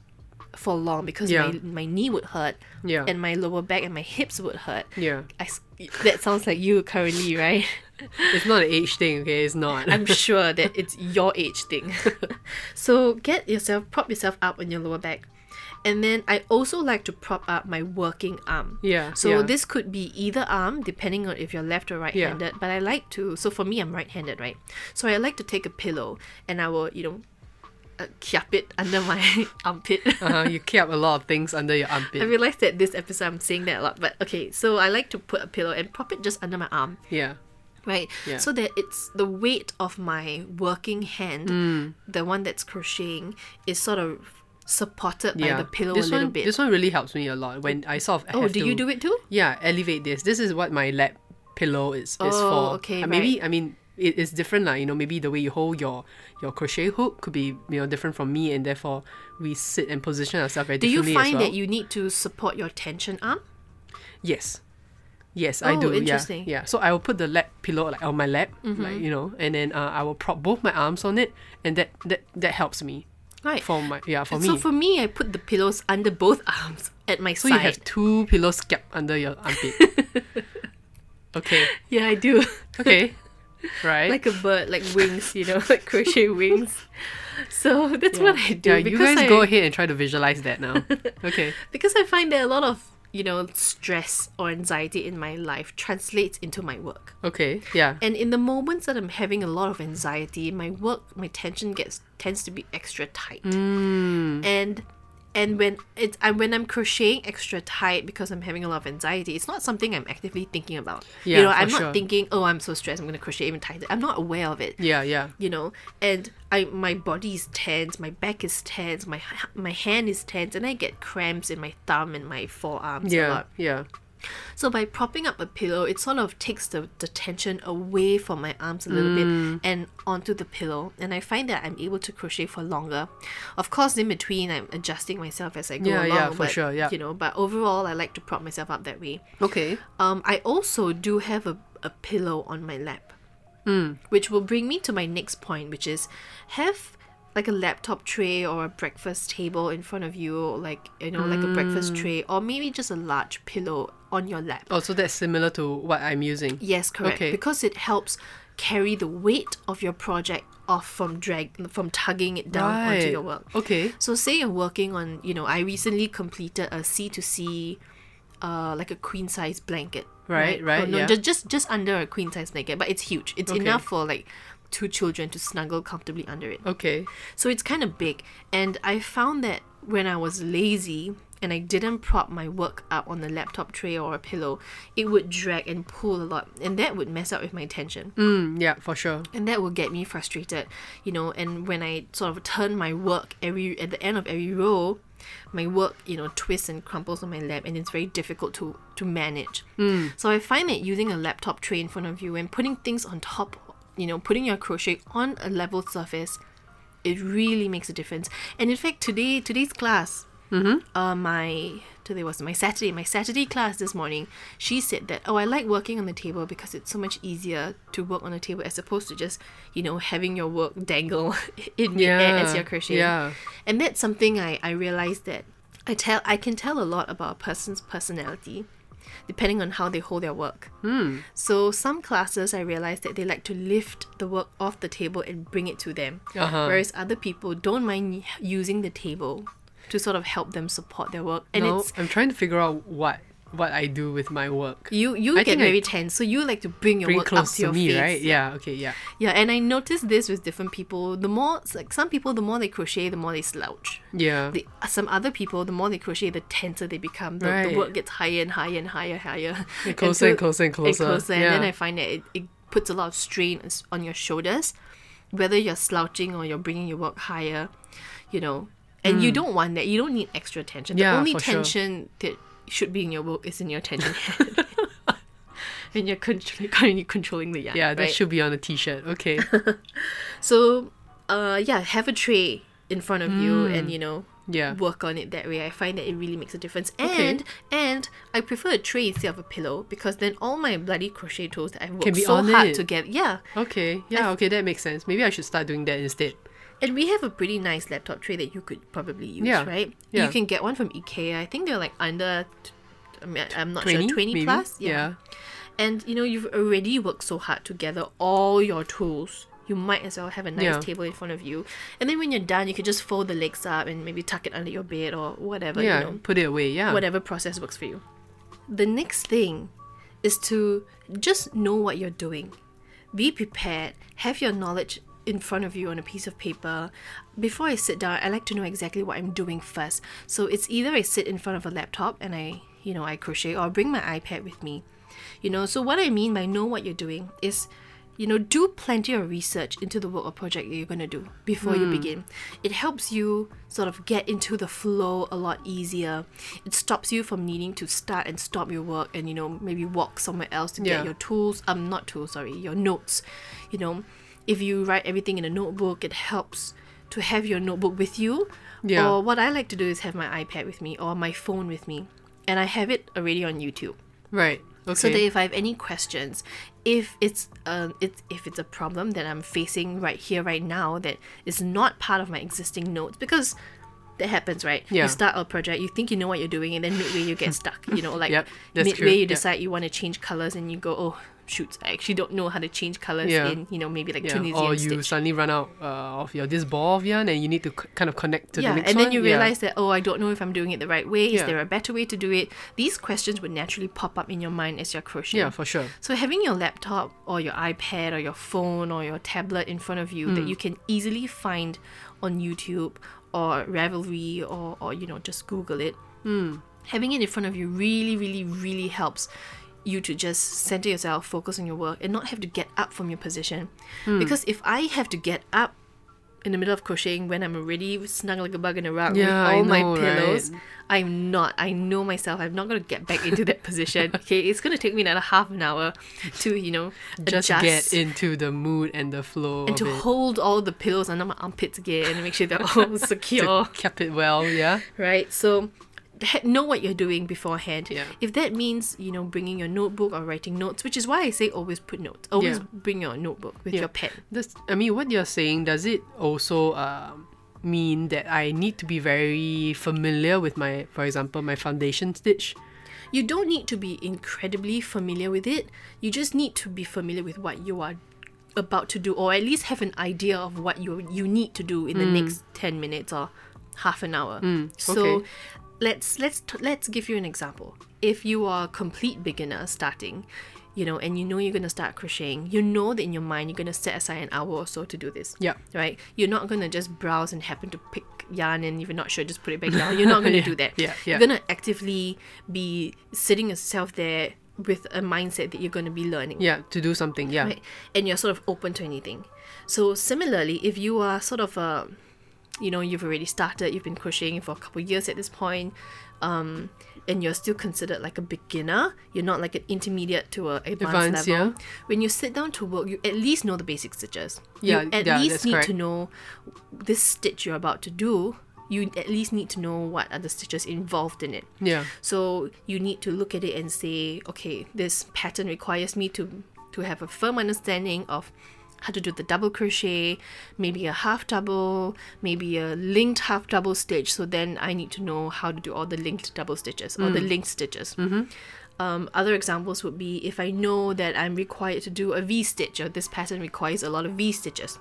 Speaker 2: for long because
Speaker 3: Yeah.
Speaker 2: my, my knee would hurt,
Speaker 3: Yeah.
Speaker 2: and my lower back and my hips would hurt.
Speaker 3: Yeah.
Speaker 2: I s that sounds like you currently, right?
Speaker 3: It's not an age thing, okay? It's not.
Speaker 2: I'm sure that it's your age thing. so get yourself, prop yourself up on your lower back. And then I also like to prop up my working arm.
Speaker 3: Yeah,
Speaker 2: So
Speaker 3: yeah.
Speaker 2: this could be either arm, depending on if you're left or right handed. But I like to, so for me, I'm right handed, right? So I like to take a pillow and I will, you know, uh, kiap it under my armpit.
Speaker 3: uh, you keep a lot of things under your armpit.
Speaker 2: I realized that this episode I'm saying that a lot, but okay. So I like to put a pillow and prop it just under my arm
Speaker 3: yeah.
Speaker 2: right
Speaker 3: Yeah.
Speaker 2: so that it's the weight of my working hand
Speaker 3: Mm.
Speaker 2: the one that's crocheting is sort of supported by
Speaker 3: Yeah.
Speaker 2: the pillow
Speaker 3: this
Speaker 2: a little
Speaker 3: one,
Speaker 2: bit
Speaker 3: This one really helps me a lot when I sort of
Speaker 2: oh
Speaker 3: have
Speaker 2: do
Speaker 3: to,
Speaker 2: you do it too
Speaker 3: Yeah, elevate this. This is what my lap pillow is, is
Speaker 2: Oh,
Speaker 3: for.
Speaker 2: okay,
Speaker 3: Uh, Maybe, I mean, it is different, like, you know, maybe the way you hold your, your crochet hook could be, you know, different from me and therefore we sit and position ourselves very
Speaker 2: do you
Speaker 3: differently as
Speaker 2: find
Speaker 3: well.
Speaker 2: that you need to support your tension arm
Speaker 3: Yes. Yes, I
Speaker 2: Oh,
Speaker 3: do.
Speaker 2: interesting. Mm-hmm.
Speaker 3: Yeah, yeah. So I will put the lap pillow like on my lap, like you know, and then uh, I will prop both my arms on it, and that that that helps me
Speaker 2: right
Speaker 3: for my yeah for me.
Speaker 2: so for me i put the pillows under both arms at my
Speaker 3: so
Speaker 2: side
Speaker 3: you have two pillows kept under your armpit. okay.
Speaker 2: yeah i do
Speaker 3: Okay. Right.
Speaker 2: like a bird like wings you know like crochet wings so that's what i do
Speaker 3: yeah, you
Speaker 2: because
Speaker 3: guys
Speaker 2: I-
Speaker 3: go ahead and try to visualize that now. Okay.
Speaker 2: because I find that a lot of you know stress or anxiety in my life translates into my work.
Speaker 3: Okay. Yeah.
Speaker 2: And in the moments that I'm having a lot of anxiety, my work, my tension gets tends to be extra tight.
Speaker 3: Mm.
Speaker 2: And and when it's I, when I'm crocheting extra tight because I'm having a lot of anxiety, it's not something I'm actively thinking about.
Speaker 3: Yeah,
Speaker 2: you know,
Speaker 3: for
Speaker 2: I'm not
Speaker 3: sure.
Speaker 2: thinking, oh, I'm so stressed, I'm going to crochet even tighter. I'm not aware of it
Speaker 3: Yeah. Yeah.
Speaker 2: you know and i my body is tense my back is tense my h- my hand is tense and i get cramps in my thumb and my forearms a
Speaker 3: Yeah.
Speaker 2: lot
Speaker 3: Yeah.
Speaker 2: So by propping up a pillow, it sort of takes the, the tension away from my arms a little
Speaker 3: Mm.
Speaker 2: bit and onto the pillow. And I find that I'm able to crochet for longer. Of course, in between, I'm adjusting myself as I go
Speaker 3: Yeah,
Speaker 2: along.
Speaker 3: yeah, for
Speaker 2: but,
Speaker 3: sure, yeah.
Speaker 2: You know, but overall, I like to prop myself up that way.
Speaker 3: Okay.
Speaker 2: Um, I also do have a, a pillow on my lap,
Speaker 3: Mm.
Speaker 2: which will bring me to my next point, which is have like a laptop tray or a breakfast table in front of you, or like you know, like a breakfast
Speaker 3: Mm.
Speaker 2: tray, or maybe just a large pillow on your lap.
Speaker 3: Oh, so that's similar to what I'm using.
Speaker 2: Yes, correct.
Speaker 3: Okay.
Speaker 2: Because it helps carry the weight of your project off from drag from tugging it down onto
Speaker 3: Right.
Speaker 2: your work.
Speaker 3: Okay.
Speaker 2: So say you're working on, you know, I recently completed a C to C, uh, like a queen size blanket.
Speaker 3: Right, right,
Speaker 2: Oh, no,
Speaker 3: yeah.
Speaker 2: just just just under a queen size blanket, but it's huge. It's enough for like two children to snuggle comfortably under it.
Speaker 3: Okay.
Speaker 2: So it's kind of big, and I found that when I was lazy and I didn't prop my work up on the laptop tray or a pillow, it would drag and pull a lot, and that would mess up with my tension
Speaker 3: Mm, yeah, for sure.
Speaker 2: and that will get me frustrated you know and when i sort of turn my work every at the end of every row my work you know twists and crumples on my lap and it's very difficult to to manage so i find that using a laptop tray in front of you and putting things on top you know putting your crochet on a level surface it really makes a difference and in fact today today's class uh, my today was my Saturday my Saturday class this morning. She said that oh I like working on the table because it's so much easier to work on a table as opposed to just you know having your work dangle in the air as
Speaker 3: Yeah,
Speaker 2: you're crocheting.
Speaker 3: yeah.
Speaker 2: And that's something I I realized that I tell I can tell a lot about a person's personality depending on how they hold their work. So some classes I realized that they like to lift the work off the table and bring it to them.
Speaker 3: Uh-huh.
Speaker 2: Whereas other people don't mind y- using the table to sort of help them support their work. And
Speaker 3: no,
Speaker 2: it's
Speaker 3: I'm trying to figure out what what I do with my work.
Speaker 2: you you
Speaker 3: I
Speaker 2: get
Speaker 3: think I
Speaker 2: very tense, so you like to bring your
Speaker 3: Bring
Speaker 2: work up
Speaker 3: close
Speaker 2: to,
Speaker 3: to
Speaker 2: your
Speaker 3: me,
Speaker 2: face.
Speaker 3: right? Yeah. Okay. Yeah.
Speaker 2: Yeah, and I noticed this with different people. The more it's like some people, the more they crochet, the more they slouch.
Speaker 3: Yeah.
Speaker 2: The, some other people, the more they crochet, the tenser they become. The, the
Speaker 3: Right.
Speaker 2: work gets higher and higher and higher, higher.
Speaker 3: closer and
Speaker 2: Until-
Speaker 3: closer and closer.
Speaker 2: And then I
Speaker 3: Yeah.
Speaker 2: find that it, it puts a lot of strain is- on your shoulders, whether you're slouching or you're bringing your work higher, you know. And you don't want that. You don't need extra tension. the
Speaker 3: Hmm. Yeah,
Speaker 2: only
Speaker 3: for sure.
Speaker 2: tension that should be in your work is in your tension. and you're controlling, you're controlling the yarn.
Speaker 3: yeah. That
Speaker 2: right?
Speaker 3: should be on a T-shirt. Okay.
Speaker 2: So, uh, yeah, have a tray in front of you, and you know,
Speaker 3: Hmm. Yeah.
Speaker 2: work on it that way. I find that it really makes a difference. And and I prefer a tray instead of a pillow because then all my bloody crochet tools that I've worked
Speaker 3: be
Speaker 2: so
Speaker 3: on
Speaker 2: hard
Speaker 3: it.
Speaker 2: to get, yeah.
Speaker 3: Okay. Yeah. Okay. That makes sense. Maybe I should start doing that instead.
Speaker 2: And we have a pretty nice laptop tray that you could probably use,
Speaker 3: Yeah.
Speaker 2: right?
Speaker 3: Yeah.
Speaker 2: You can get one from IKEA. I think they're like under. T- I mean, I'm not
Speaker 3: Twenty.
Speaker 2: sure, 20
Speaker 3: maybe?
Speaker 2: plus?
Speaker 3: yeah.
Speaker 2: And you know, you've already worked so hard to gather all your tools. You might as well have a nice
Speaker 3: Yeah.
Speaker 2: table in front of you. And then when you're done, you can just fold the legs up and maybe tuck it under your bed or whatever,
Speaker 3: yeah,
Speaker 2: you know,
Speaker 3: put it away. Yeah.
Speaker 2: whatever process works for you. The next thing is to just know what you're doing. Be prepared, have your knowledge in front of you on a piece of paper. Before I sit down, I like to know exactly what I'm doing first. So it's either I sit in front of a laptop and I, you know, I crochet or I bring my iPad with me. You know, so what I mean by know what you're doing is you know, do plenty of research into the work or project that you're going to do before
Speaker 3: Hmm.
Speaker 2: you begin. It helps you sort of get into the flow a lot easier. It stops you from needing to start and stop your work and, you know, maybe walk somewhere else to
Speaker 3: Yeah.
Speaker 2: get your tools. Um, not tools, sorry, your notes. You know, if you write everything in a notebook, it helps to have your notebook with you.
Speaker 3: Yeah.
Speaker 2: Or what I like to do is have my iPad with me or my phone with me. And I have it already on YouTube
Speaker 3: Right. Okay.
Speaker 2: so that if I have any questions, if it's um, it's if it's a problem that I'm facing right here right now that is not part of my existing notes because that happens right
Speaker 3: Yeah.
Speaker 2: you start a project you think you know what you're doing and then midway you get stuck you know like
Speaker 3: Yep, that's
Speaker 2: midway
Speaker 3: true.
Speaker 2: you
Speaker 3: Yep.
Speaker 2: decide you want to change colors and you go oh shoot I actually don't know how to change colors
Speaker 3: Yeah.
Speaker 2: in you know maybe like
Speaker 3: yeah.
Speaker 2: Tunisian
Speaker 3: Or you
Speaker 2: stitch
Speaker 3: suddenly run out uh, of your this ball of yarn and you need to c- kind of connect to
Speaker 2: yeah
Speaker 3: the next
Speaker 2: and then
Speaker 3: one.
Speaker 2: you
Speaker 3: Yeah.
Speaker 2: realize that oh I don't know if I'm doing it the right way is
Speaker 3: Yeah.
Speaker 2: there a better way to do it these questions would naturally pop up in your mind as you're crocheting
Speaker 3: Yeah, for sure.
Speaker 2: So having your laptop or your iPad or your phone or your tablet in front of you
Speaker 3: Hmm.
Speaker 2: that you can easily find on YouTube or Ravelry or, or you know just Google it.
Speaker 3: Hmm.
Speaker 2: Having it in front of you really, really, really helps you to just center yourself,
Speaker 3: Hmm.
Speaker 2: focus on your work, and not have to get up from your position. Because if I have to get up in the middle of crocheting when I'm already snug like a bug in a rug
Speaker 3: Yeah,
Speaker 2: with
Speaker 3: I
Speaker 2: all my
Speaker 3: know,
Speaker 2: pillows.
Speaker 3: right?
Speaker 2: I'm not. I know myself. I'm not gonna get back into that position. Okay, it's gonna take me another half an hour to you know
Speaker 3: Just
Speaker 2: adjust
Speaker 3: get into the mood and the flow
Speaker 2: and
Speaker 3: of
Speaker 2: to
Speaker 3: it.
Speaker 2: hold all the pillows under my armpits again and make sure they're all secure.
Speaker 3: To keep it well, yeah.
Speaker 2: right? So ha- know what you're doing beforehand.
Speaker 3: Yeah.
Speaker 2: If that means, you know, bringing your notebook or writing notes, which is why I say always put notes. Always
Speaker 3: Yeah.
Speaker 2: bring your notebook with your pen.
Speaker 3: This, I mean, what you're saying does it also um, mean that I need to be very familiar with my, for example, my foundation stitch?
Speaker 2: You don't need to be incredibly familiar with it. You just need to be familiar with what you are about to do or at least have an idea of what you you need to do in the
Speaker 3: Mm.
Speaker 2: next 10 minutes or half an hour. So
Speaker 3: okay.
Speaker 2: let's let's t- let's give you an example. If you are a complete beginner starting, you know, and you know you're going to start crocheting, you know that in your mind you're going to set aside an hour or so to do this.
Speaker 3: Yeah.
Speaker 2: Right? You're not going to just browse and happen to pick yarn and if you're not sure just put it back down. You're not going to
Speaker 3: Yeah,
Speaker 2: do that.
Speaker 3: yeah,
Speaker 2: You're
Speaker 3: yeah.
Speaker 2: gonna actively be sitting yourself there with a mindset that you're gonna be learning.
Speaker 3: Yeah, to do something, yeah.
Speaker 2: Right? And you're sort of open to anything. So similarly, if you are sort of a, you know, you've already started, you've been crocheting for a couple of years at this point, um, and you're still considered like a beginner, you're not like an intermediate to a advanced,
Speaker 3: Advanced,
Speaker 2: level.
Speaker 3: yeah.
Speaker 2: When you sit down to work, you at least know the basic stitches.
Speaker 3: Yeah,
Speaker 2: you at
Speaker 3: yeah,
Speaker 2: least
Speaker 3: that's
Speaker 2: need
Speaker 3: correct.
Speaker 2: to know this stitch you're about to do. You at least need to know what are the stitches involved in it.
Speaker 3: Yeah.
Speaker 2: So you need to look at it and say, okay, this pattern requires me to to have a firm understanding of how to do the double crochet, maybe a half double, maybe a linked half double stitch. So then I need to know how to do all the linked double stitches or the linked stitches. Um, other examples would be if I know that I'm required to do a V stitch or this pattern requires a lot of V stitches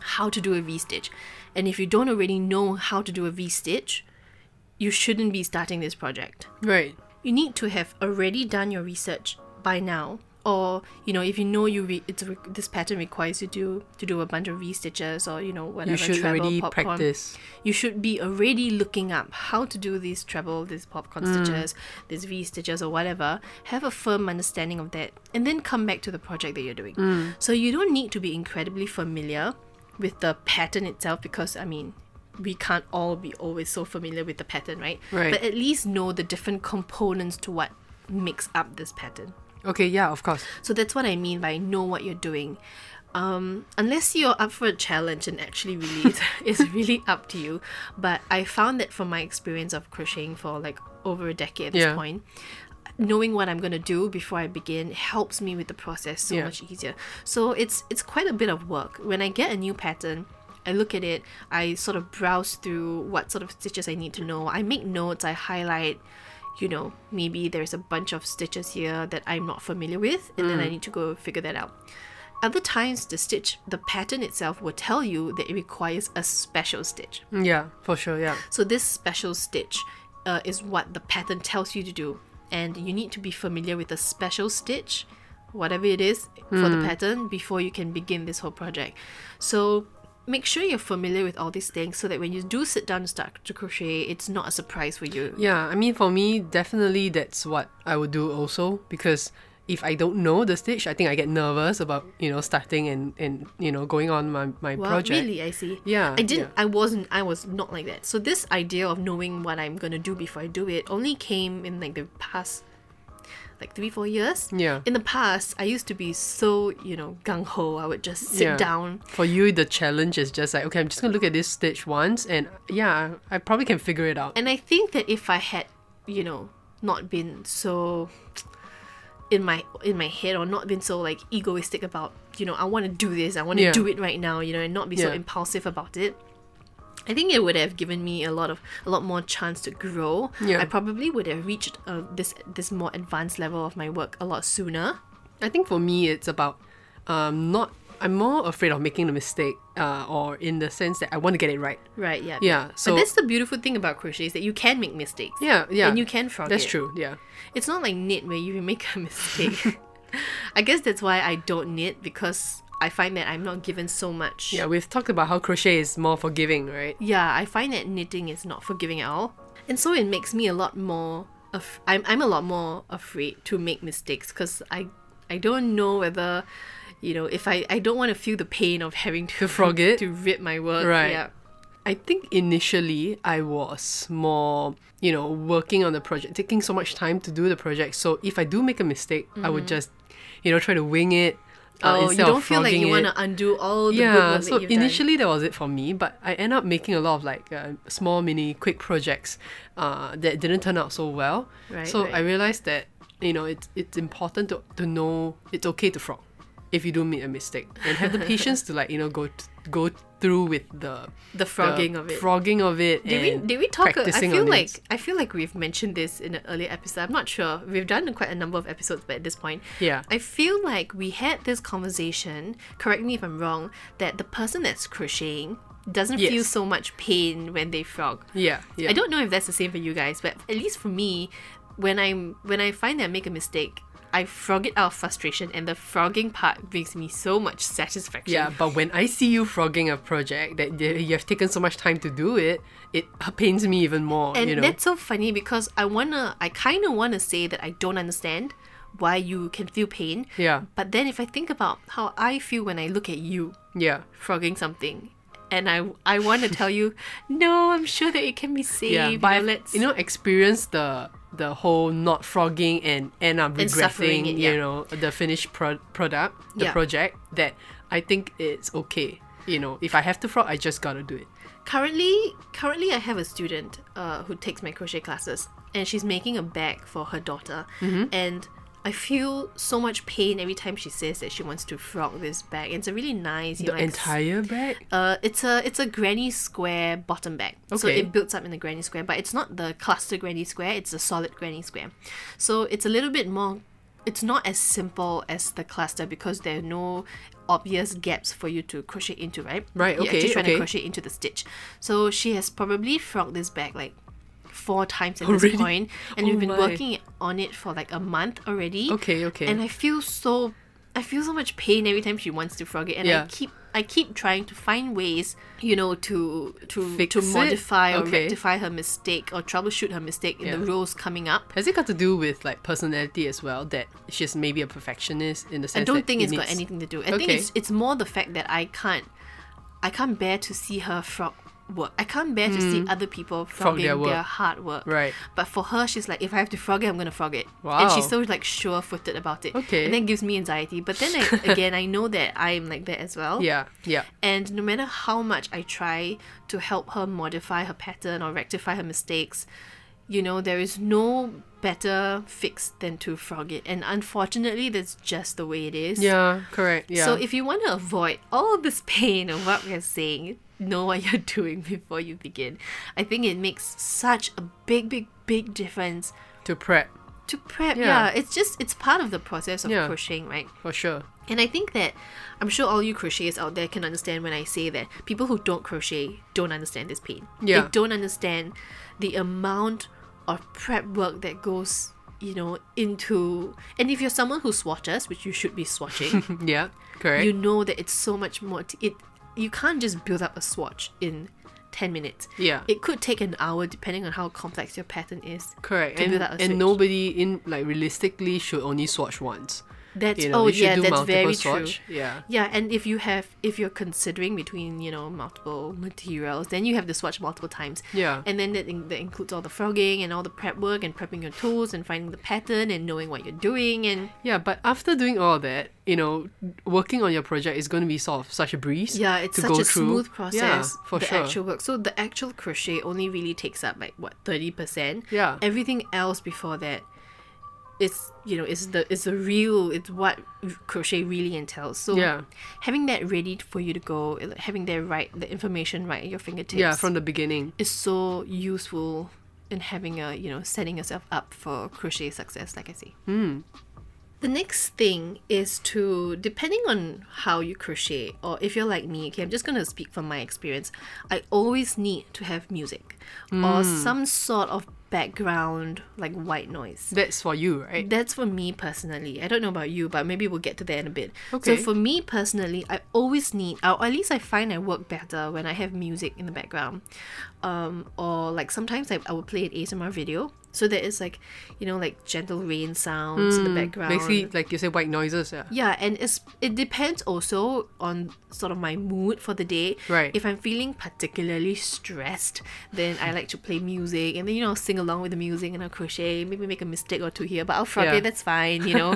Speaker 2: how to do a V stitch. And if you don't already know how to do a V stitch, you shouldn't be starting this project.
Speaker 3: Right.
Speaker 2: You need to have already done your research by now, or you know, if you know you re- it's re- this pattern requires you to to do a bunch of V stitches or you know whatever.
Speaker 3: You should
Speaker 2: treble,
Speaker 3: already
Speaker 2: popcorn.
Speaker 3: practice.
Speaker 2: You should be already looking up how to do these treble, these popcorn stitches, these V stitches, or whatever. Have a firm understanding of that, and then come back to the project that you're doing. So you don't need to be incredibly familiar with the pattern itself because I mean, we can't all be always so familiar with the pattern, right?
Speaker 3: Right.
Speaker 2: But at least know the different components to what makes up this pattern.
Speaker 3: Okay, yeah, of course.
Speaker 2: So that's what I mean by know what you're doing. Um, unless you're up for a challenge and actually really it's, it's really up to you. But I found that from my experience of crocheting for like over a decade at this
Speaker 3: Yeah.
Speaker 2: point, knowing what I'm gonna do before I begin helps me with the process so
Speaker 3: Yeah.
Speaker 2: much easier. So it's it's quite a bit of work. When I get a new pattern, I look at it, I sort of browse through what sort of stitches I need to know. I make notes, I highlight, you know, maybe there's a bunch of stitches here that I'm not familiar with and then I need to go figure that out. Other times the stitch the pattern itself will tell you that it requires a special stitch.
Speaker 3: Yeah, for sure, yeah.
Speaker 2: So this special stitch uh, is what the pattern tells you to do, and you need to be familiar with the special stitch, whatever it is for the pattern, before you can begin this whole project. So make sure you're familiar with all these things so that when you do sit down to start to crochet, it's not a surprise for you.
Speaker 3: Yeah, I mean, for me, definitely that's what I would do also because if I don't know the stitch, I think I get nervous about, you know, starting and, and you know, going on my, my
Speaker 2: Well,
Speaker 3: project.
Speaker 2: really, I see.
Speaker 3: Yeah,
Speaker 2: I didn't.
Speaker 3: yeah.
Speaker 2: I wasn't. I was not like that. So this idea of knowing what I'm gonna do before I do it only came in like the past, like three four years.
Speaker 3: Yeah.
Speaker 2: In the past, I used to be so you know gung ho. I would just sit
Speaker 3: Yeah.
Speaker 2: down.
Speaker 3: For you, the challenge is just like, okay, I'm just going to look at this stitch once and yeah, I probably can figure it out.
Speaker 2: And I think that if I had, you know, not been so in my in my head or not been so like egoistic about, you know, I want to do this, I want to
Speaker 3: Yeah.
Speaker 2: do it right now, you know, and not be so
Speaker 3: Yeah.
Speaker 2: impulsive about it. I think it would have given me a lot of a lot more chance to grow.
Speaker 3: Yeah.
Speaker 2: I probably would have reached uh, this this more advanced level of my work a lot sooner.
Speaker 3: I think for me, it's about um, not, I'm more afraid of making a mistake uh, or in the sense that I want to get it right.
Speaker 2: Right, yeah.
Speaker 3: Yeah, so-
Speaker 2: but that's the beautiful thing about crochet is that you can make mistakes.
Speaker 3: Yeah, yeah.
Speaker 2: And you can frog
Speaker 3: That's
Speaker 2: it.
Speaker 3: true, yeah.
Speaker 2: It's not like knit where you make a mistake. I guess that's why I don't knit because I find that I'm not given so much.
Speaker 3: Yeah, we've talked about how crochet is more forgiving, right?
Speaker 2: Yeah, I find that knitting is not forgiving at all. And so it makes me a lot more. Af- I'm, I'm a lot more afraid to make mistakes because I, I don't know whether, you know, if I, I don't want to feel the pain of having to
Speaker 3: Frog it?
Speaker 2: to rip my work.
Speaker 3: Right.
Speaker 2: Yeah.
Speaker 3: I think initially I was more, you know, working on the project, taking so much time to do the project. So if I do make a mistake, I would just, you know, try to wing it.
Speaker 2: Mm-hmm. Oh,
Speaker 3: uh,
Speaker 2: you
Speaker 3: instead of
Speaker 2: don't feel like you
Speaker 3: frogging
Speaker 2: want
Speaker 3: it.
Speaker 2: to undo all the good
Speaker 3: yeah
Speaker 2: work
Speaker 3: so
Speaker 2: that you've done.
Speaker 3: initially that was it for me but i end up making a lot of like uh, small mini quick projects uh, that didn't turn out so well
Speaker 2: Right,
Speaker 3: so
Speaker 2: right.
Speaker 3: i realized that you know it's, it's important to, to know it's okay to frog if you do make a mistake and have the patience to like you know go t- go through with the
Speaker 2: The frogging of it.
Speaker 3: frogging of it
Speaker 2: Did we
Speaker 3: and
Speaker 2: did we talk? uh, I
Speaker 3: practicing
Speaker 2: feel
Speaker 3: on
Speaker 2: like
Speaker 3: it.
Speaker 2: I feel like we've mentioned this in an earlier episode. I'm not sure. We've done quite a number of episodes, but at this point,
Speaker 3: Yeah.
Speaker 2: I feel like we had this conversation. Correct me if I'm wrong. That the person that's crocheting doesn't feel
Speaker 3: Yes.
Speaker 2: so much pain when they frog.
Speaker 3: yeah yeah
Speaker 2: I don't know if that's the same for you guys, but at least for me, when I'm when I find that I make a mistake, I frog it out of frustration, and the frogging part brings me so much satisfaction.
Speaker 3: yeah, but when I see you frogging a project that y- you have taken so much time to do it, it pains me even more.
Speaker 2: and
Speaker 3: you know,
Speaker 2: that's so funny because I wanna, I kind of wanna say that I don't understand why you can feel pain.
Speaker 3: Yeah.
Speaker 2: But then if I think about how I feel when I look at you
Speaker 3: yeah.
Speaker 2: frogging something, and I, I want to tell you, no, I'm sure that it can be saved. you
Speaker 3: but
Speaker 2: know,
Speaker 3: I've,
Speaker 2: let's
Speaker 3: you know experience the the whole not frogging and end up
Speaker 2: suffering
Speaker 3: regretting
Speaker 2: it, yeah.
Speaker 3: you know the finished pro- product the
Speaker 2: Yeah.
Speaker 3: project that I think it's okay you know if I have to frog I just gotta do it
Speaker 2: currently currently i have a student uh, who takes my crochet classes and she's making a bag for her daughter
Speaker 3: Mm-hmm.
Speaker 2: and i feel so much pain every time she says that she wants to frog this bag it's a really nice you
Speaker 3: the
Speaker 2: know, like,
Speaker 3: entire bag
Speaker 2: uh, it's a it's a granny square bottom bag. So
Speaker 3: Okay.
Speaker 2: it builds up in the granny square, but it's not the cluster granny square, it's a solid granny square. So it's a little bit more it's not as simple as the cluster because there are no obvious gaps for you to crochet into, right?
Speaker 3: Right,
Speaker 2: You're
Speaker 3: okay,
Speaker 2: actually trying to
Speaker 3: okay.
Speaker 2: crochet into the stitch. So she has probably frogged this bag like four times at this
Speaker 3: Already?
Speaker 2: point, and
Speaker 3: Oh
Speaker 2: we've been
Speaker 3: my.
Speaker 2: working on it for like a month already.
Speaker 3: Okay, okay.
Speaker 2: And I feel so I feel so much pain every time she wants to frog it and I
Speaker 3: Yeah.
Speaker 2: keep I keep trying to find ways, you know, to to
Speaker 3: Fix
Speaker 2: to
Speaker 3: it?
Speaker 2: modify or
Speaker 3: Okay.
Speaker 2: rectify her mistake or troubleshoot her mistake in the
Speaker 3: Yeah.
Speaker 2: rows coming up.
Speaker 3: has it got to do with like personality as well that she's maybe a perfectionist in the sense
Speaker 2: I don't
Speaker 3: that
Speaker 2: think
Speaker 3: it
Speaker 2: it's got
Speaker 3: needs-
Speaker 2: anything to do. I think
Speaker 3: Okay.
Speaker 2: it's it's more the fact that I can't I can't bear to see her frog work. I can't bear to see other people frogging
Speaker 3: Hmm. their
Speaker 2: their,
Speaker 3: work.
Speaker 2: hard work.
Speaker 3: Right.
Speaker 2: But for her, she's like, if I have to frog it, I'm gonna frog it. And she's
Speaker 3: Wow.
Speaker 2: so like sure-footed about it.
Speaker 3: Okay.
Speaker 2: And that gives me anxiety. But then I, again, I know that I am like that as well.
Speaker 3: yeah yeah
Speaker 2: And no matter how much I try to help her modify her pattern or rectify her mistakes, you know, there is no better fix than to frog it. And unfortunately, that's just the way it is.
Speaker 3: yeah correct yeah
Speaker 2: So if you want to avoid all this pain of what we're saying, know what you're doing before you begin. I think it makes such a big, big, big difference
Speaker 3: to prep
Speaker 2: to prep. Yeah,
Speaker 3: Yeah.
Speaker 2: it's just, it's part of the process of
Speaker 3: Yeah.
Speaker 2: crocheting, right?
Speaker 3: for sure
Speaker 2: And I think that I'm sure all you crocheters out there can understand when I say that people who don't crochet don't understand this pain.
Speaker 3: Yeah.
Speaker 2: They don't understand the amount of prep work that goes, you know, into and if you're someone who swatches, which you should be swatching,
Speaker 3: yeah correct
Speaker 2: you know that it's so much more t- it you can't just build up a swatch in 10 minutes.
Speaker 3: Yeah.
Speaker 2: It could take an hour depending on how complex your pattern is.
Speaker 3: correct
Speaker 2: to
Speaker 3: and,
Speaker 2: build out a
Speaker 3: and
Speaker 2: switch.
Speaker 3: nobody in like realistically should only swatch once
Speaker 2: That's
Speaker 3: you know,
Speaker 2: oh
Speaker 3: you should
Speaker 2: yeah,
Speaker 3: do
Speaker 2: that's
Speaker 3: multiple
Speaker 2: very
Speaker 3: swatch.
Speaker 2: true.
Speaker 3: Yeah.
Speaker 2: yeah, and if you have if you're considering between you know multiple materials, then you have to swatch multiple times.
Speaker 3: Yeah.
Speaker 2: and then that, in- that includes all the frogging and all the prep work and prepping your tools and finding the pattern and knowing what you're doing and
Speaker 3: Yeah, but after doing all that, you know, working on your project is going to be sort of such a breeze.
Speaker 2: yeah, it's
Speaker 3: to
Speaker 2: such
Speaker 3: go
Speaker 2: a
Speaker 3: through.
Speaker 2: smooth process.
Speaker 3: Yeah, for
Speaker 2: the
Speaker 3: sure.
Speaker 2: actual work. So the actual crochet only really takes up like what thirty percent.
Speaker 3: Yeah.
Speaker 2: everything else before that. It's you know it's the it's the real it's what crochet really entails. So
Speaker 3: Yeah.
Speaker 2: having that ready for you to go, having that right the information right at your fingertips.
Speaker 3: yeah, from the beginning.
Speaker 2: is so useful in having a you know setting yourself up for crochet success like i say the next thing is to depending on how you crochet or if you're like me okay i'm just going to speak from my experience i always need to have music or some sort of background like white noise
Speaker 3: That's for you, right?
Speaker 2: that's for me personally. I don't know about you, but maybe we'll get to that in a bit.
Speaker 3: Okay.
Speaker 2: So for me personally, I always need, or at least I find I work better when I have music in the background, um, or like sometimes I, I will play an ASMR video So there is like, you know, like gentle rain sounds
Speaker 3: Mm,
Speaker 2: in the background.
Speaker 3: Basically, like you say, white noises. Yeah.
Speaker 2: Yeah, and it's it depends also on sort of my mood for the day.
Speaker 3: Right.
Speaker 2: If I'm feeling particularly stressed, then I like to play music and then you know sing along with the music and I'll crochet, maybe make a mistake or two here, but I'll frog
Speaker 3: Yeah.
Speaker 2: it, that's fine, you know.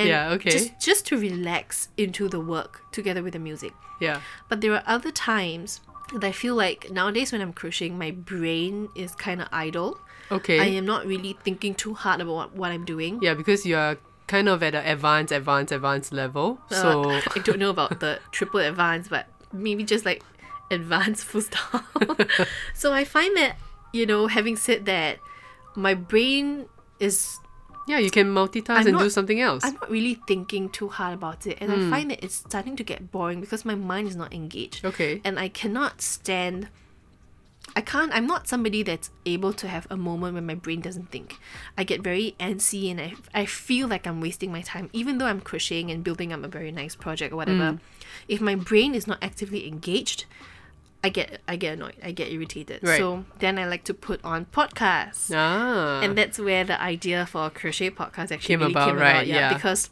Speaker 2: And
Speaker 3: Yeah, okay.
Speaker 2: just just to relax into the work together with the music.
Speaker 3: Yeah.
Speaker 2: But there are other times that I feel like nowadays when I'm crocheting, my brain is kind of idle.
Speaker 3: Okay.
Speaker 2: I am not really thinking too hard about what, what I'm doing.
Speaker 3: Yeah, because you are kind of at an advanced, advanced, advanced level. So
Speaker 2: Uh, I don't know about the triple advance, but maybe just like advanced full stop. so I find that, you know, having said that, my brain is
Speaker 3: yeah, you can multitask
Speaker 2: I'm
Speaker 3: and do
Speaker 2: not-
Speaker 3: something else.
Speaker 2: I'm not really thinking too hard about it and I find that it's starting to get boring because my mind is not engaged.
Speaker 3: Okay.
Speaker 2: And I cannot stand I can't I'm not somebody that's able to have a moment when my brain doesn't think. I get very antsy and I I feel like I'm wasting my time even though I'm crocheting and building up a very nice project or whatever.
Speaker 3: Mm.
Speaker 2: If my brain is not actively engaged, I get I get annoyed. I get irritated.
Speaker 3: Right.
Speaker 2: So then I like to put on podcasts
Speaker 3: ah.
Speaker 2: and that's where the idea for crochet podcast actually
Speaker 3: Came
Speaker 2: really
Speaker 3: about,
Speaker 2: came
Speaker 3: right,
Speaker 2: about. Yeah,
Speaker 3: yeah.
Speaker 2: because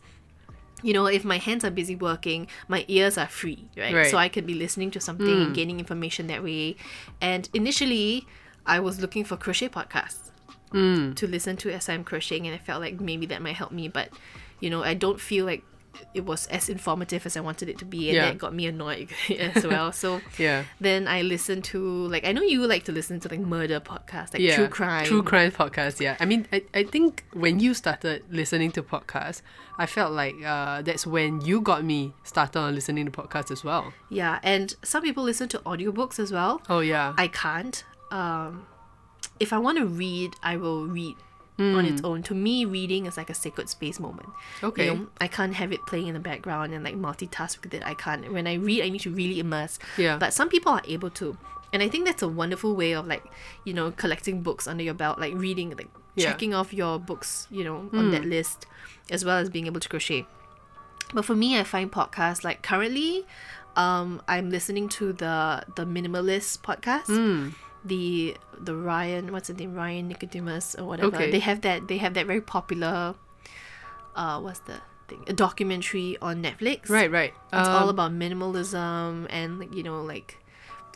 Speaker 2: you know, if my hands are busy working, my ears are free, right?
Speaker 3: Right. Mm.
Speaker 2: So I could be listening to something and gaining information that way. And initially, I was looking for crochet podcasts
Speaker 3: Mm.
Speaker 2: to listen to as I'm crocheting, and I felt like maybe that might help me. But you know, I don't feel like it was as informative as I wanted it to be, and
Speaker 3: Yeah.
Speaker 2: that got me annoyed as well. So
Speaker 3: Yeah.
Speaker 2: then I listened to like I know you like to listen to like murder podcasts, like
Speaker 3: yeah,
Speaker 2: true crime,
Speaker 3: True crime podcast, yeah. I mean, I, I think when you started listening to podcasts, I felt like uh, that's when you got me started on listening to podcasts as well.
Speaker 2: Yeah, and some people listen to audiobooks as well.
Speaker 3: Oh, yeah.
Speaker 2: I can't. Um, if I want to read, I will read on its own. To me, reading is like a sacred space moment. You
Speaker 3: Hmm. Okay.
Speaker 2: know, I can't have it playing in the background and like multitask with it. I can't. When I read, I need to really immerse.
Speaker 3: Yeah.
Speaker 2: But some people are able to. And I think that's a wonderful way of like, you know, collecting books under your belt, like reading, like
Speaker 3: Yeah. Hmm.
Speaker 2: checking off your books, you know, on that list, as well as being able to crochet. But for me, I find podcasts like currently, um, I'm listening to the the minimalist podcast.
Speaker 3: Hmm.
Speaker 2: The the Ryan, what's his name, Ryan Nicodemus or whatever.
Speaker 3: Okay.
Speaker 2: They have that. They have that very popular. Uh, what's the thing? A documentary on Netflix.
Speaker 3: right, right.
Speaker 2: It's
Speaker 3: Um,
Speaker 2: all about minimalism and like, you know like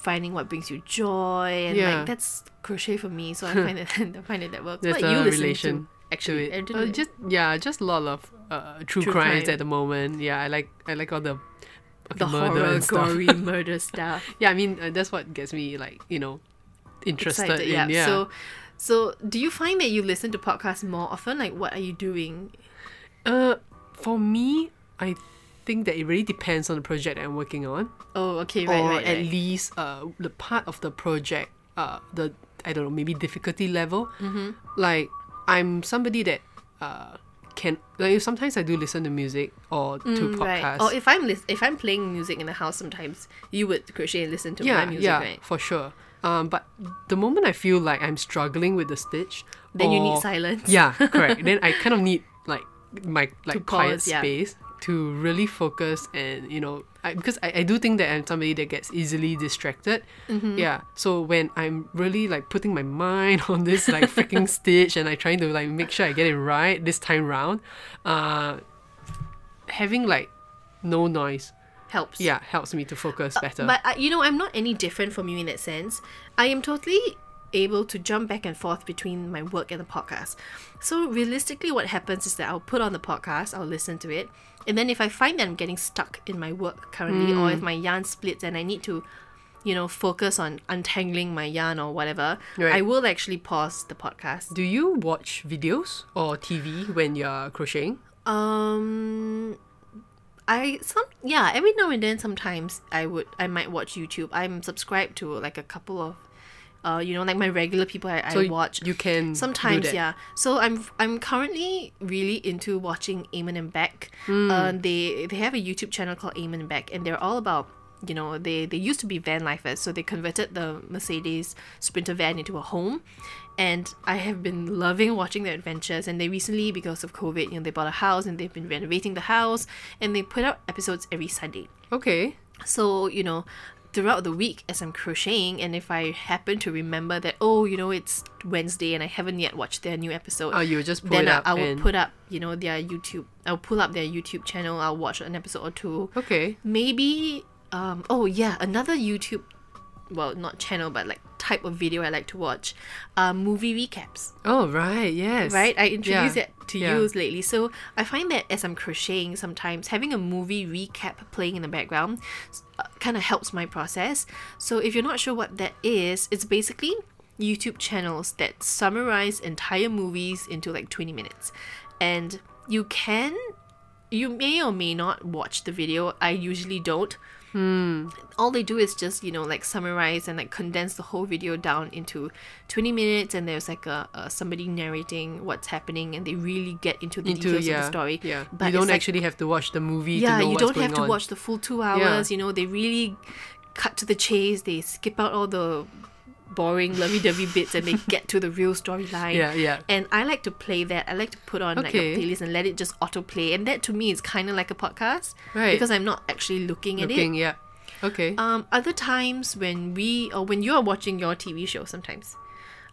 Speaker 2: finding what brings you joy and
Speaker 3: Yeah.
Speaker 2: like that's crochet for me. So I find it I find it that works.
Speaker 3: There's
Speaker 2: What
Speaker 3: a
Speaker 2: you listening
Speaker 3: relation
Speaker 2: to,
Speaker 3: to
Speaker 2: actually? I
Speaker 3: it.
Speaker 2: don't
Speaker 3: Uh,
Speaker 2: know.
Speaker 3: just yeah, just a lot of uh, true,
Speaker 2: True
Speaker 3: crimes
Speaker 2: crime.
Speaker 3: at the moment. Yeah, I like I like all the okay,
Speaker 2: the
Speaker 3: murder
Speaker 2: horror,
Speaker 3: and stuff.
Speaker 2: gory murder stuff.
Speaker 3: Yeah, I mean uh, that's what gets me like you know interested
Speaker 2: excited.
Speaker 3: in
Speaker 2: Yeah.
Speaker 3: yeah.
Speaker 2: So, so do you find that you listen to podcasts more often? Like, what are you doing?
Speaker 3: uh, for me, I think that it really depends on the project that I'm working on,
Speaker 2: Oh, okay, right,
Speaker 3: or
Speaker 2: right,
Speaker 3: at
Speaker 2: right.
Speaker 3: least uh the part of the project uh the I don't know maybe difficulty level. Mm-hmm. Like I'm somebody that uh can like sometimes I do listen to music or to
Speaker 2: Mm,
Speaker 3: podcasts.
Speaker 2: Right. Or if I'm lis- if I'm playing music in the house, sometimes you would crochet and listen to
Speaker 3: yeah,
Speaker 2: my music,
Speaker 3: yeah,
Speaker 2: right?
Speaker 3: for sure. Um, but the moment I feel like I'm struggling with the stitch,
Speaker 2: Then you need
Speaker 3: or-
Speaker 2: silence.
Speaker 3: Yeah, correct. then I kind of need like my like quiet
Speaker 2: pause, yeah.
Speaker 3: space to really focus and you know I, because I, I do think that I'm somebody that gets easily distracted.
Speaker 2: Mm-hmm.
Speaker 3: Yeah. So when I'm really like putting my mind on this like freaking stitch and I trying to like make sure I get it right this time round, uh, having like no noise,
Speaker 2: Helps.
Speaker 3: yeah, helps me to focus better.
Speaker 2: Uh, But I, you know, I'm not any different from you in that sense. I am totally able to jump back and forth between my work and the podcast. So realistically, what happens is that I'll put on the podcast, I'll listen to it, and then if I find that I'm getting stuck in my work currently, or
Speaker 3: Hmm.
Speaker 2: if my yarn splits and I need to, you know, focus on untangling my yarn or whatever,
Speaker 3: Right.
Speaker 2: I will actually pause the podcast.
Speaker 3: Do you watch videos or TV when you're crocheting?
Speaker 2: Um, I some yeah every now and then sometimes I would I might watch YouTube. I'm subscribed to like a couple of, uh, you know, like my regular people I,
Speaker 3: So
Speaker 2: I watch.
Speaker 3: Mm, you can do
Speaker 2: sometimes
Speaker 3: that.
Speaker 2: yeah. So I'm I'm currently really into watching Eamon and Beck. Uh, they they have a YouTube channel called Eamon and Beck, and they're all about. You know, they, they used to be van lifers, so they converted the Mercedes Sprinter van into a home. And I have been loving watching their adventures. And they recently, because of COVID, you know, they bought a house and they've been renovating the house and they put out episodes every Sunday.
Speaker 3: Okay.
Speaker 2: So, you know, throughout the week as I'm crocheting, and if I happen to remember that, oh, you know, it's Wednesday and I haven't yet watched their new episode,
Speaker 3: Oh, you'll just pull
Speaker 2: then
Speaker 3: it
Speaker 2: I,
Speaker 3: up
Speaker 2: I will
Speaker 3: and-
Speaker 2: put up, you know, their YouTube. I'll pull up their YouTube channel. I'll watch an episode or two.
Speaker 3: Okay.
Speaker 2: Maybe, um, oh yeah, another YouTube, well, not channel, but like type of video I like to watch, uh, movie recaps
Speaker 3: Oh right. Yes.
Speaker 2: right? I introduced
Speaker 3: Yeah,
Speaker 2: it to
Speaker 3: yeah.
Speaker 2: you lately. So I find that as I'm crocheting, sometimes having a movie recap playing in the background uh, kind of helps my process. So if you're not sure what that is, it's basically YouTube channels that summarize entire movies into like 20 minutes. And you can, you may or may not watch the video. I usually don't
Speaker 3: Hmm.
Speaker 2: all they do is just you know like summarize and like condense the whole video down into 20 minutes and there's like a, a somebody narrating what's happening and they really get into the
Speaker 3: Into
Speaker 2: details of
Speaker 3: yeah.
Speaker 2: the story
Speaker 3: Yeah.
Speaker 2: but
Speaker 3: you don't
Speaker 2: it's like-
Speaker 3: actually have to watch the movie.
Speaker 2: yeah
Speaker 3: To know
Speaker 2: you
Speaker 3: what's
Speaker 2: don't
Speaker 3: going
Speaker 2: have to
Speaker 3: on.
Speaker 2: watch the full two hours you know they really cut to the chase they skip out all the boring lovey-dovey bits and they get to the real storyline
Speaker 3: Yeah. Yeah.
Speaker 2: and I like to play that. I like to put on like a
Speaker 3: Okay.
Speaker 2: playlist and let it just autoplay. And that to me is kind of like a podcast
Speaker 3: Right.
Speaker 2: because I'm not actually looking at it.
Speaker 3: Looking. Yeah. Okay.
Speaker 2: Um, other times when we or when you are watching your TV show, sometimes.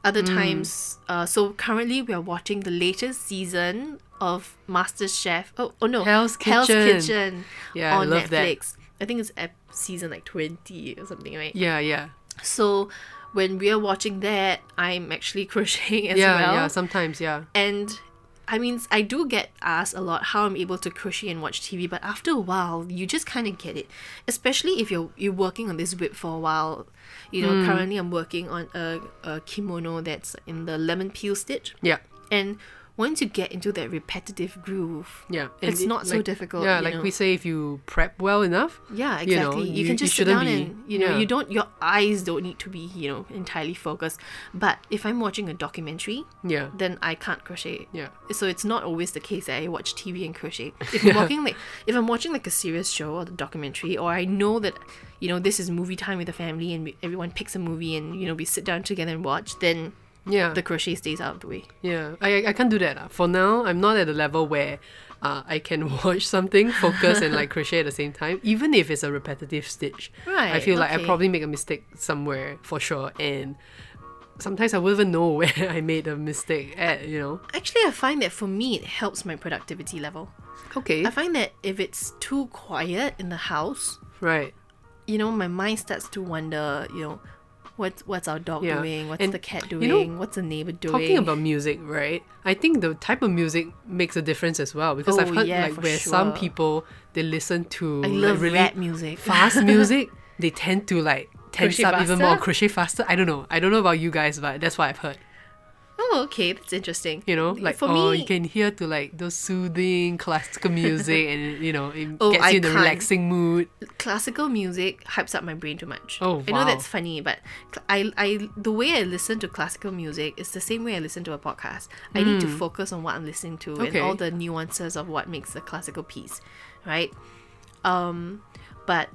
Speaker 2: Other
Speaker 3: Hmm.
Speaker 2: times, uh, so currently we are watching the latest season of Master Chef. Oh, oh no,
Speaker 3: Hell's Kitchen.
Speaker 2: Kitchen
Speaker 3: Yeah, I
Speaker 2: on
Speaker 3: love that.
Speaker 2: Netflix. I think it's ep- season like twenty or something, right?
Speaker 3: yeah. Yeah.
Speaker 2: So when we are watching that, I'm actually crocheting as
Speaker 3: Yeah.
Speaker 2: well.
Speaker 3: Yeah. Sometimes. Yeah.
Speaker 2: And I mean, I do get asked a lot how I'm able to crochet and watch TV, but after a while, you just kind of get it. Especially if you're you're working on this whip for a while. You know,
Speaker 3: Hmm.
Speaker 2: currently I'm working on a, a kimono that's in the lemon peel stitch,
Speaker 3: Yeah.
Speaker 2: and once you get into that repetitive groove,
Speaker 3: Yeah,
Speaker 2: it's
Speaker 3: it-
Speaker 2: not so
Speaker 3: like-
Speaker 2: difficult.
Speaker 3: Yeah,
Speaker 2: you
Speaker 3: like
Speaker 2: know.
Speaker 3: we say, if you prep well enough,
Speaker 2: Yeah,
Speaker 3: you know,
Speaker 2: exactly. You,
Speaker 3: you-
Speaker 2: can
Speaker 3: you
Speaker 2: just sit
Speaker 3: shouldn't
Speaker 2: down
Speaker 3: be-
Speaker 2: and you know
Speaker 3: yeah.
Speaker 2: you don't your eyes don't need to be you know entirely focused. But if I'm watching a documentary,
Speaker 3: yeah,
Speaker 2: then I can't crochet.
Speaker 3: Yeah.
Speaker 2: So it's not always the case that I watch TV and crochet. If I'm watching like if I'm watching like a serious show or the documentary, or I know that you know this is movie time with the family and we, everyone picks a movie and you know we sit down together and watch, then
Speaker 3: yeah,
Speaker 2: the crochet stays out of the way.
Speaker 3: yeah. I I- I can't do that. ah. For now, I'm not at the level where uh, I can watch something, focus, and like crochet at the same time, even if it's a repetitive stitch. I
Speaker 2: Right,
Speaker 3: feel like I
Speaker 2: okay.
Speaker 3: probably make a mistake somewhere for sure, and sometimes I won't even know where I made a mistake at. You know.
Speaker 2: Actually, I find that for me it helps my productivity level.
Speaker 3: Okay.
Speaker 2: I find that if it's too quiet in the house,
Speaker 3: right.
Speaker 2: you know, my mind starts to wonder, you know, what's what's our dog
Speaker 3: Yeah.
Speaker 2: doing? What's
Speaker 3: And,
Speaker 2: the cat
Speaker 3: you
Speaker 2: doing?
Speaker 3: know,
Speaker 2: what's the neighbor doing?
Speaker 3: Talking about music, right? I think the type of music makes a difference as well because I've
Speaker 2: Oh,
Speaker 3: heard
Speaker 2: yeah,
Speaker 3: like
Speaker 2: for
Speaker 3: where some
Speaker 2: sure.
Speaker 3: people they listen to
Speaker 2: I
Speaker 3: like,
Speaker 2: love
Speaker 3: really
Speaker 2: rap music.
Speaker 3: fast music, they tend to like tense
Speaker 2: Crochet
Speaker 3: up even more,
Speaker 2: faster?
Speaker 3: crochet faster. I don't know. I don't know about you guys, but that's what I've heard.
Speaker 2: Oh, okay, that's interesting.
Speaker 3: You know, like
Speaker 2: for
Speaker 3: oh,
Speaker 2: me,
Speaker 3: you can hear to like those soothing classical music, and you know, it
Speaker 2: Oh,
Speaker 3: gets
Speaker 2: I
Speaker 3: you in the
Speaker 2: can't.
Speaker 3: relaxing mood.
Speaker 2: classical music hypes up my brain too much.
Speaker 3: Oh,
Speaker 2: I know that's
Speaker 3: wow.
Speaker 2: funny, but cl- I, I, the way I listen to classical music is the same way I listen to a podcast. I need to focus on what I'm listening to and
Speaker 3: Hmm. Okay.
Speaker 2: all the nuances of what makes a classical piece, right? Um, but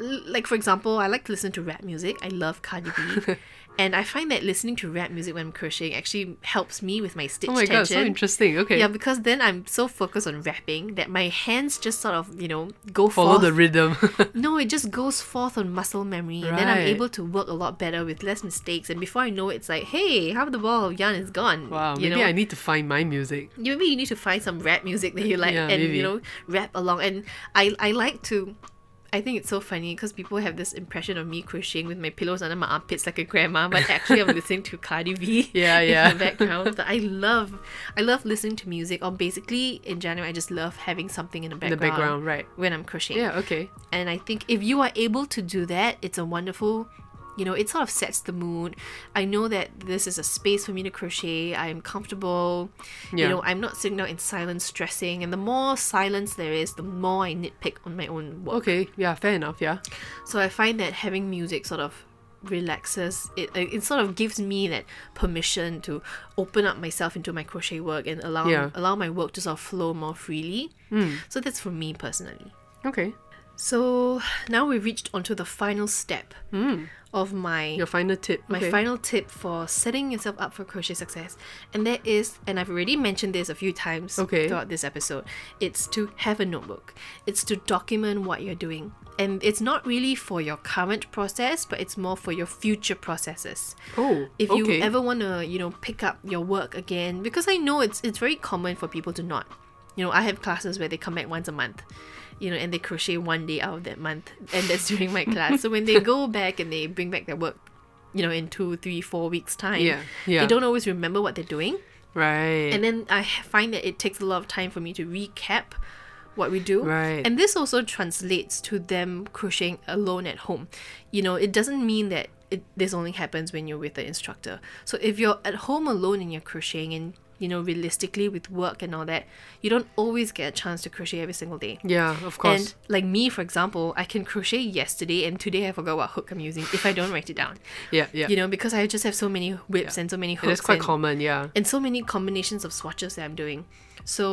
Speaker 2: l- like for example, I like to listen to rap music. I love Cardi B. And I find that listening to rap music when I'm crocheting actually helps me with my stitch
Speaker 3: Oh my god,
Speaker 2: tension.
Speaker 3: so interesting. Okay,
Speaker 2: Yeah, because then I'm so focused on rapping that my hands just sort of, you know, go
Speaker 3: follow
Speaker 2: forth.
Speaker 3: the rhythm.
Speaker 2: No, it just goes forth on muscle memory, and then I'm
Speaker 3: Right.
Speaker 2: able to work a lot better with less mistakes. And before I know it, it's like, hey, half the ball of yarn is gone.
Speaker 3: wow,
Speaker 2: you
Speaker 3: maybe
Speaker 2: know?
Speaker 3: I need to find my music.
Speaker 2: maybe you need to find some rap music that you like
Speaker 3: Yeah,
Speaker 2: and
Speaker 3: maybe.
Speaker 2: you know rap along. And I I like to. I think it's so funny because people have this impression of me crocheting with my pillows under my armpits like a grandma, but actually I'm listening to Cardi B
Speaker 3: Yeah,
Speaker 2: in
Speaker 3: yeah.
Speaker 2: the background. But I love, I love listening to music. Or basically in general, I just love having something in the
Speaker 3: In the
Speaker 2: background,
Speaker 3: background, right?
Speaker 2: when I'm crocheting.
Speaker 3: Yeah. Okay.
Speaker 2: And I think if you are able to do that, it's a wonderful, you know, it sort of sets the mood. I know that this is a space for me to crochet. I am comfortable.
Speaker 3: Yeah.
Speaker 2: You know, I'm not sitting down in silence stressing. And the more silence there is, the more I nitpick on my own work.
Speaker 3: Okay. Yeah. Fair enough. Yeah.
Speaker 2: So I find that having music sort of relaxes it uh, it sort of gives me that permission to open up myself into my crochet work and allow
Speaker 3: Yeah. Hmm.
Speaker 2: allow my work to sort of flow more freely so that's for me personally
Speaker 3: Okay.
Speaker 2: so now we reached onto the final step of my
Speaker 3: Hmm. Your final tip.
Speaker 2: my
Speaker 3: okay.
Speaker 2: final tip for setting yourself up for crochet success, and that is, and I've already mentioned this a few times
Speaker 3: Okay.
Speaker 2: throughout this episode, it's to have a notebook. It's to document what you're doing. and it's not really for your current process, but it's more for your future processes.
Speaker 3: Oh,
Speaker 2: If
Speaker 3: okay.
Speaker 2: you ever want to, you know, pick up your work again, because I know it's it's very common for people to not. You know, I have classes where they come back once a month, you know, and they crochet one day out of that month, and that's during my class. So when they go back and they bring back their work, you know, in two, three, four weeks time,
Speaker 3: Yeah, yeah.
Speaker 2: they don't always remember what they're doing.
Speaker 3: right.
Speaker 2: And then I h- find that it takes a lot of time for me to recap what we do.
Speaker 3: Right.
Speaker 2: And this also translates to them crocheting alone at home. You know, it doesn't mean that it, this only happens when you're with the instructor. So if you're at home alone and you're crocheting and you know, realistically with work and all that, you don't always get a chance to crochet every single day.
Speaker 3: yeah, of course.
Speaker 2: And like me, for example, I can crochet yesterday and today I forgot what hook I'm using if I don't write it down.
Speaker 3: yeah, yeah.
Speaker 2: You know, because I just have so many whips and so many hooks.
Speaker 3: it's quite
Speaker 2: and-
Speaker 3: common. Yeah.
Speaker 2: and so many combinations of swatches that I'm doing. So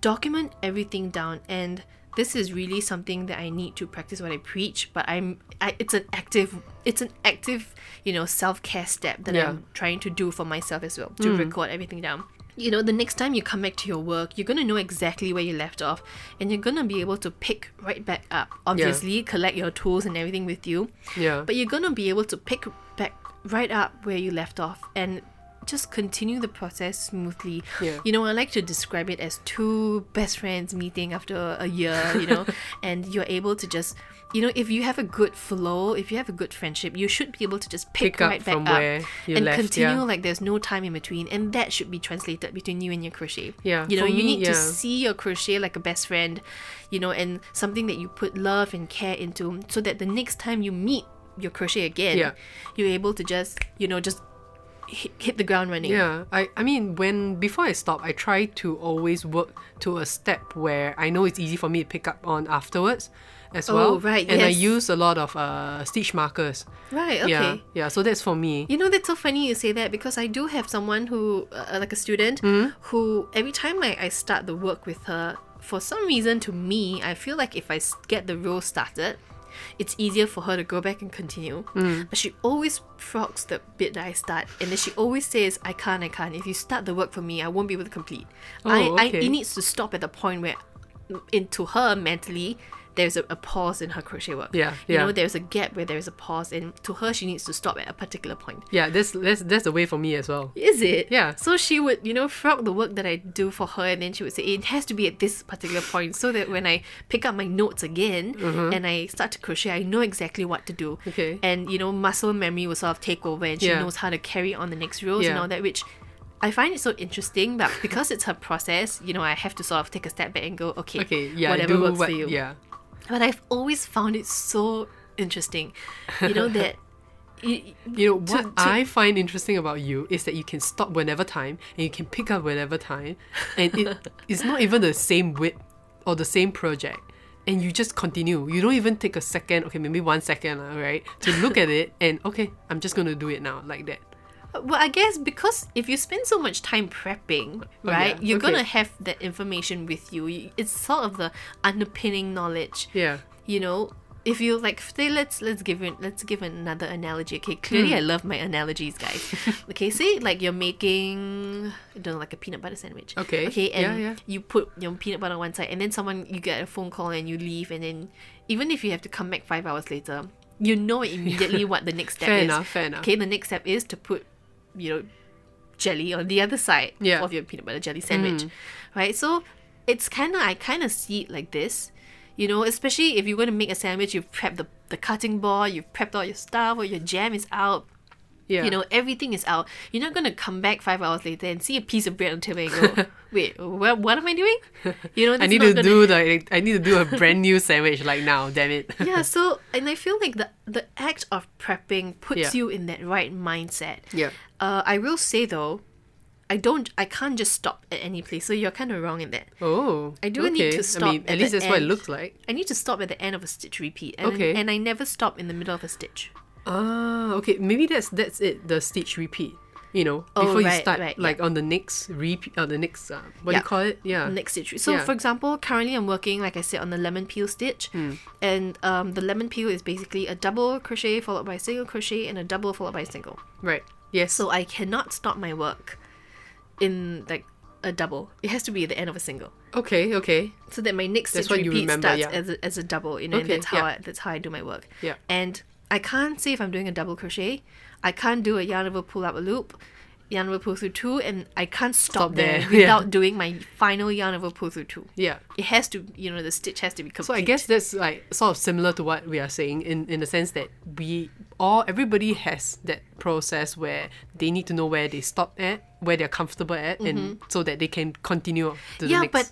Speaker 2: document everything down and this is really something that I need to practice what I preach, but I'm I, it's an active it's an active, you know, self-care step that
Speaker 3: Yeah. Hmm.
Speaker 2: I'm trying to do for myself as well, to record everything down. You know, the next time you come back to your work, you're going to know exactly where you left off and you're going to be able to pick right back up. Obviously, collect your tools and everything with you.
Speaker 3: Yeah.
Speaker 2: But you're gonna be able to pick back right up where you left off and just continue the process smoothly.
Speaker 3: Yeah.
Speaker 2: You know, I like to describe it as two best friends meeting after a year, you know, and you're able to just you know, if you have a good flow, if you have a good friendship, you should be able to just pick,
Speaker 3: Pick up
Speaker 2: right back
Speaker 3: from
Speaker 2: up
Speaker 3: where you
Speaker 2: and
Speaker 3: left,
Speaker 2: continue
Speaker 3: yeah.
Speaker 2: like there's no time in between and that should be translated between you and your crochet.
Speaker 3: Yeah,
Speaker 2: You know,
Speaker 3: for
Speaker 2: you
Speaker 3: me,
Speaker 2: need to
Speaker 3: yeah.
Speaker 2: see your crochet like a best friend, you know, and something that you put love and care into so that the next time you meet your crochet again,
Speaker 3: Yeah.
Speaker 2: you're able to just, you know, just hit, hit the ground running.
Speaker 3: Yeah, I, I mean, when before I stop, I try to always work to a step where I know it's easy for me to pick up on afterwards as
Speaker 2: Oh,
Speaker 3: well.
Speaker 2: right,
Speaker 3: And I
Speaker 2: yes.
Speaker 3: use a lot of uh, stitch markers.
Speaker 2: Right, okay.
Speaker 3: Yeah, yeah, so that's for me.
Speaker 2: You know, that's so funny you say that because I do have someone who, uh, like a student,
Speaker 3: Hmm?
Speaker 2: who every time I, I start the work with her, for some reason to me, I feel like if I s- get the row started, it's easier for her to go back and continue.
Speaker 3: Hmm.
Speaker 2: But she always frogs the bit that I start, and then she always says, "I can't, I can't. If you start the work for me, I won't be able to complete. I,
Speaker 3: Oh,
Speaker 2: I,
Speaker 3: okay.
Speaker 2: it needs to stop at the point where, mm, into her mentally, there's a, a pause in her crochet work.
Speaker 3: Yeah,
Speaker 2: you
Speaker 3: yeah.
Speaker 2: know, there's a gap where there is a pause, and to her, she needs to stop at a particular point.
Speaker 3: Yeah, that's that's that's the way for me as well.
Speaker 2: Is it?
Speaker 3: Yeah.
Speaker 2: So she would, you know, frog the work that I do for her, and then she would say it has to be at this particular point, so that when I pick up my notes again and I start to crochet, I know exactly what to do.
Speaker 3: Mm-hmm. Okay.
Speaker 2: And you know, muscle memory will sort of take over, and she
Speaker 3: Yeah.
Speaker 2: knows how to carry on the next rows and
Speaker 3: Yeah.
Speaker 2: all that, which. I find it so interesting, but because it's her process, you know, I have to sort of take a step back and go, okay,
Speaker 3: Okay, yeah,
Speaker 2: whatever
Speaker 3: do
Speaker 2: works
Speaker 3: what-
Speaker 2: for you
Speaker 3: Yeah,
Speaker 2: but I've always found it so interesting. You know that you,
Speaker 3: you know what
Speaker 2: to-
Speaker 3: I find interesting about you is that you can stop whenever time and you can pick up whenever time, and it, it's not even the same whip or the same project, and you just continue. You don't even take a second, okay, maybe one second, all right, to look at it and okay, I'm just gonna do it now like that.
Speaker 2: well, I guess because if you spend so much time prepping,
Speaker 3: Oh, yeah,
Speaker 2: right, you're
Speaker 3: okay.
Speaker 2: gonna have that information with you. You- It's sort of the underpinning knowledge.
Speaker 3: Yeah,
Speaker 2: You know, if you like, say, let's let's give it, let's give another analogy. Okay, clearly I
Speaker 3: Hmm.
Speaker 2: love my analogies, guys. okay, say like you're making, I don't know, like a peanut butter sandwich.
Speaker 3: Okay,
Speaker 2: Okay,
Speaker 3: yeah,
Speaker 2: and
Speaker 3: yeah.
Speaker 2: you put your peanut butter on one side, and then someone you get a phone call and you leave, and then even if you have to come back five hours later, you know immediately what the next step
Speaker 3: Fair
Speaker 2: is.
Speaker 3: enough, fair enough.
Speaker 2: Okay, the next step is to put, you know, jelly on the other side
Speaker 3: Yeah. Mm.
Speaker 2: of your peanut butter jelly sandwich, right? So it's kind of I kind of see it like this, you know. Especially if you're going to make a sandwich, you've prepped the the cutting board, you've prepped all your stuff, or your jam is out.
Speaker 3: yeah,
Speaker 2: You know, everything is out. You're not going to come back five hours later and see a piece of bread on the table and go, "Wait, what, what am I doing?" You know,
Speaker 3: I
Speaker 2: that's
Speaker 3: need
Speaker 2: not
Speaker 3: to
Speaker 2: gonna
Speaker 3: do like I need to do a brand new sandwich like now. Damn it.
Speaker 2: yeah so and i feel like the the act of prepping puts
Speaker 3: Yeah.
Speaker 2: you in that right mindset
Speaker 3: Yeah.
Speaker 2: uh, i will say though i don't i can't just stop at any place so you're kind of wrong in that
Speaker 3: Oh,
Speaker 2: I do need
Speaker 3: okay.
Speaker 2: to
Speaker 3: I
Speaker 2: stop
Speaker 3: mean,
Speaker 2: at
Speaker 3: at least
Speaker 2: the
Speaker 3: that's what it
Speaker 2: end.
Speaker 3: looks like.
Speaker 2: i need to stop at the end of a stitch repeat and,
Speaker 3: Okay.
Speaker 2: and i never stop in the middle of a stitch
Speaker 3: Ah, okay. Maybe that's that's it. The stitch repeat. You know,
Speaker 2: Oh,
Speaker 3: before you
Speaker 2: right,
Speaker 3: start,
Speaker 2: right,
Speaker 3: like on the next repeat, on the next uh, what
Speaker 2: Yeah.
Speaker 3: do you call it? Yeah.
Speaker 2: next stitch so
Speaker 3: Yeah.
Speaker 2: for example currently i'm working like i said on the lemon peel stitch
Speaker 3: Hmm.
Speaker 2: and um, the lemon peel is basically a double crochet followed by a single crochet and a double followed by a single
Speaker 3: Right. Yes.
Speaker 2: so I cannot stop my work in like a double. It has to be at the end of a single,
Speaker 3: Okay, okay.
Speaker 2: so that my next
Speaker 3: That's
Speaker 2: stitch
Speaker 3: what you
Speaker 2: repeat
Speaker 3: remember,
Speaker 2: starts
Speaker 3: yeah.
Speaker 2: as, a, as a double. You know, and
Speaker 3: Okay,
Speaker 2: that's how
Speaker 3: yeah.
Speaker 2: I, that's how I do my work.
Speaker 3: Yeah.
Speaker 2: And I can't say if I'm doing a double crochet. I can't do a yarn over pull up a loop, yarn over pull through two, and I can't stop,
Speaker 3: Stop
Speaker 2: there,
Speaker 3: there, yeah.
Speaker 2: without doing my final yarn over pull through two.
Speaker 3: Yeah.
Speaker 2: It has to, you know, the stitch has to be complete.
Speaker 3: So I guess that's like sort of similar to what we are saying in in the sense that we all everybody has that process where they need to know where they stop at, where they're comfortable at, and so that they can continue to
Speaker 2: Mm-hmm. yeah,
Speaker 3: the next.
Speaker 2: but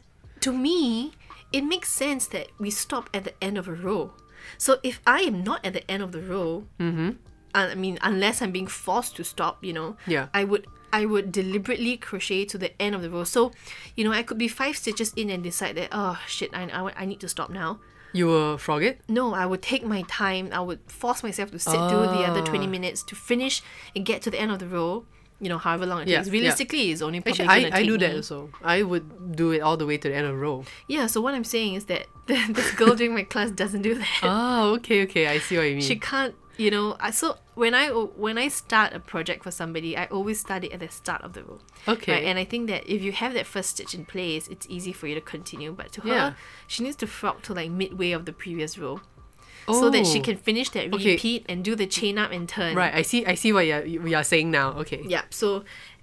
Speaker 2: to me, it makes sense that we stop at the end of a row. So if I am not at the end of the row,
Speaker 3: Mm-hmm.
Speaker 2: I I mean, unless I'm being forced to stop, you know,
Speaker 3: Yeah.
Speaker 2: I would I would deliberately crochet to the end of the row. So, you know, I could be five stitches in and decide that oh shit, I I, I need to stop now.
Speaker 3: you will frog it.
Speaker 2: No, I would take my time. I would force myself to sit through the other
Speaker 3: Oh.
Speaker 2: twenty minutes to finish and get to the end of the row. You know, however long it
Speaker 3: Yeah,
Speaker 2: takes.
Speaker 3: yeah.
Speaker 2: Realistically, it's only probably
Speaker 3: Actually,
Speaker 2: gonna
Speaker 3: I, I
Speaker 2: take
Speaker 3: do
Speaker 2: me-
Speaker 3: that also. I would do it all the way to the end of the row.
Speaker 2: Yeah, so what I'm saying is that this girl during my class doesn't do that.
Speaker 3: Oh, okay, okay. I see what you mean.
Speaker 2: She can't, you know. I So when I when I start a project for somebody, I always start it at the start of the row.
Speaker 3: Okay.
Speaker 2: Right? And I think that if you have that first stitch in place, it's easy for you to continue. But to her,
Speaker 3: Yeah.
Speaker 2: she needs to frog to like midway of the previous row, so that she
Speaker 3: Oh.
Speaker 2: can finish that
Speaker 3: Okay.
Speaker 2: repeat and do the chain up and turn.
Speaker 3: Right, I see. I see what you're, you are saying now. Okay.
Speaker 2: Yeah. So,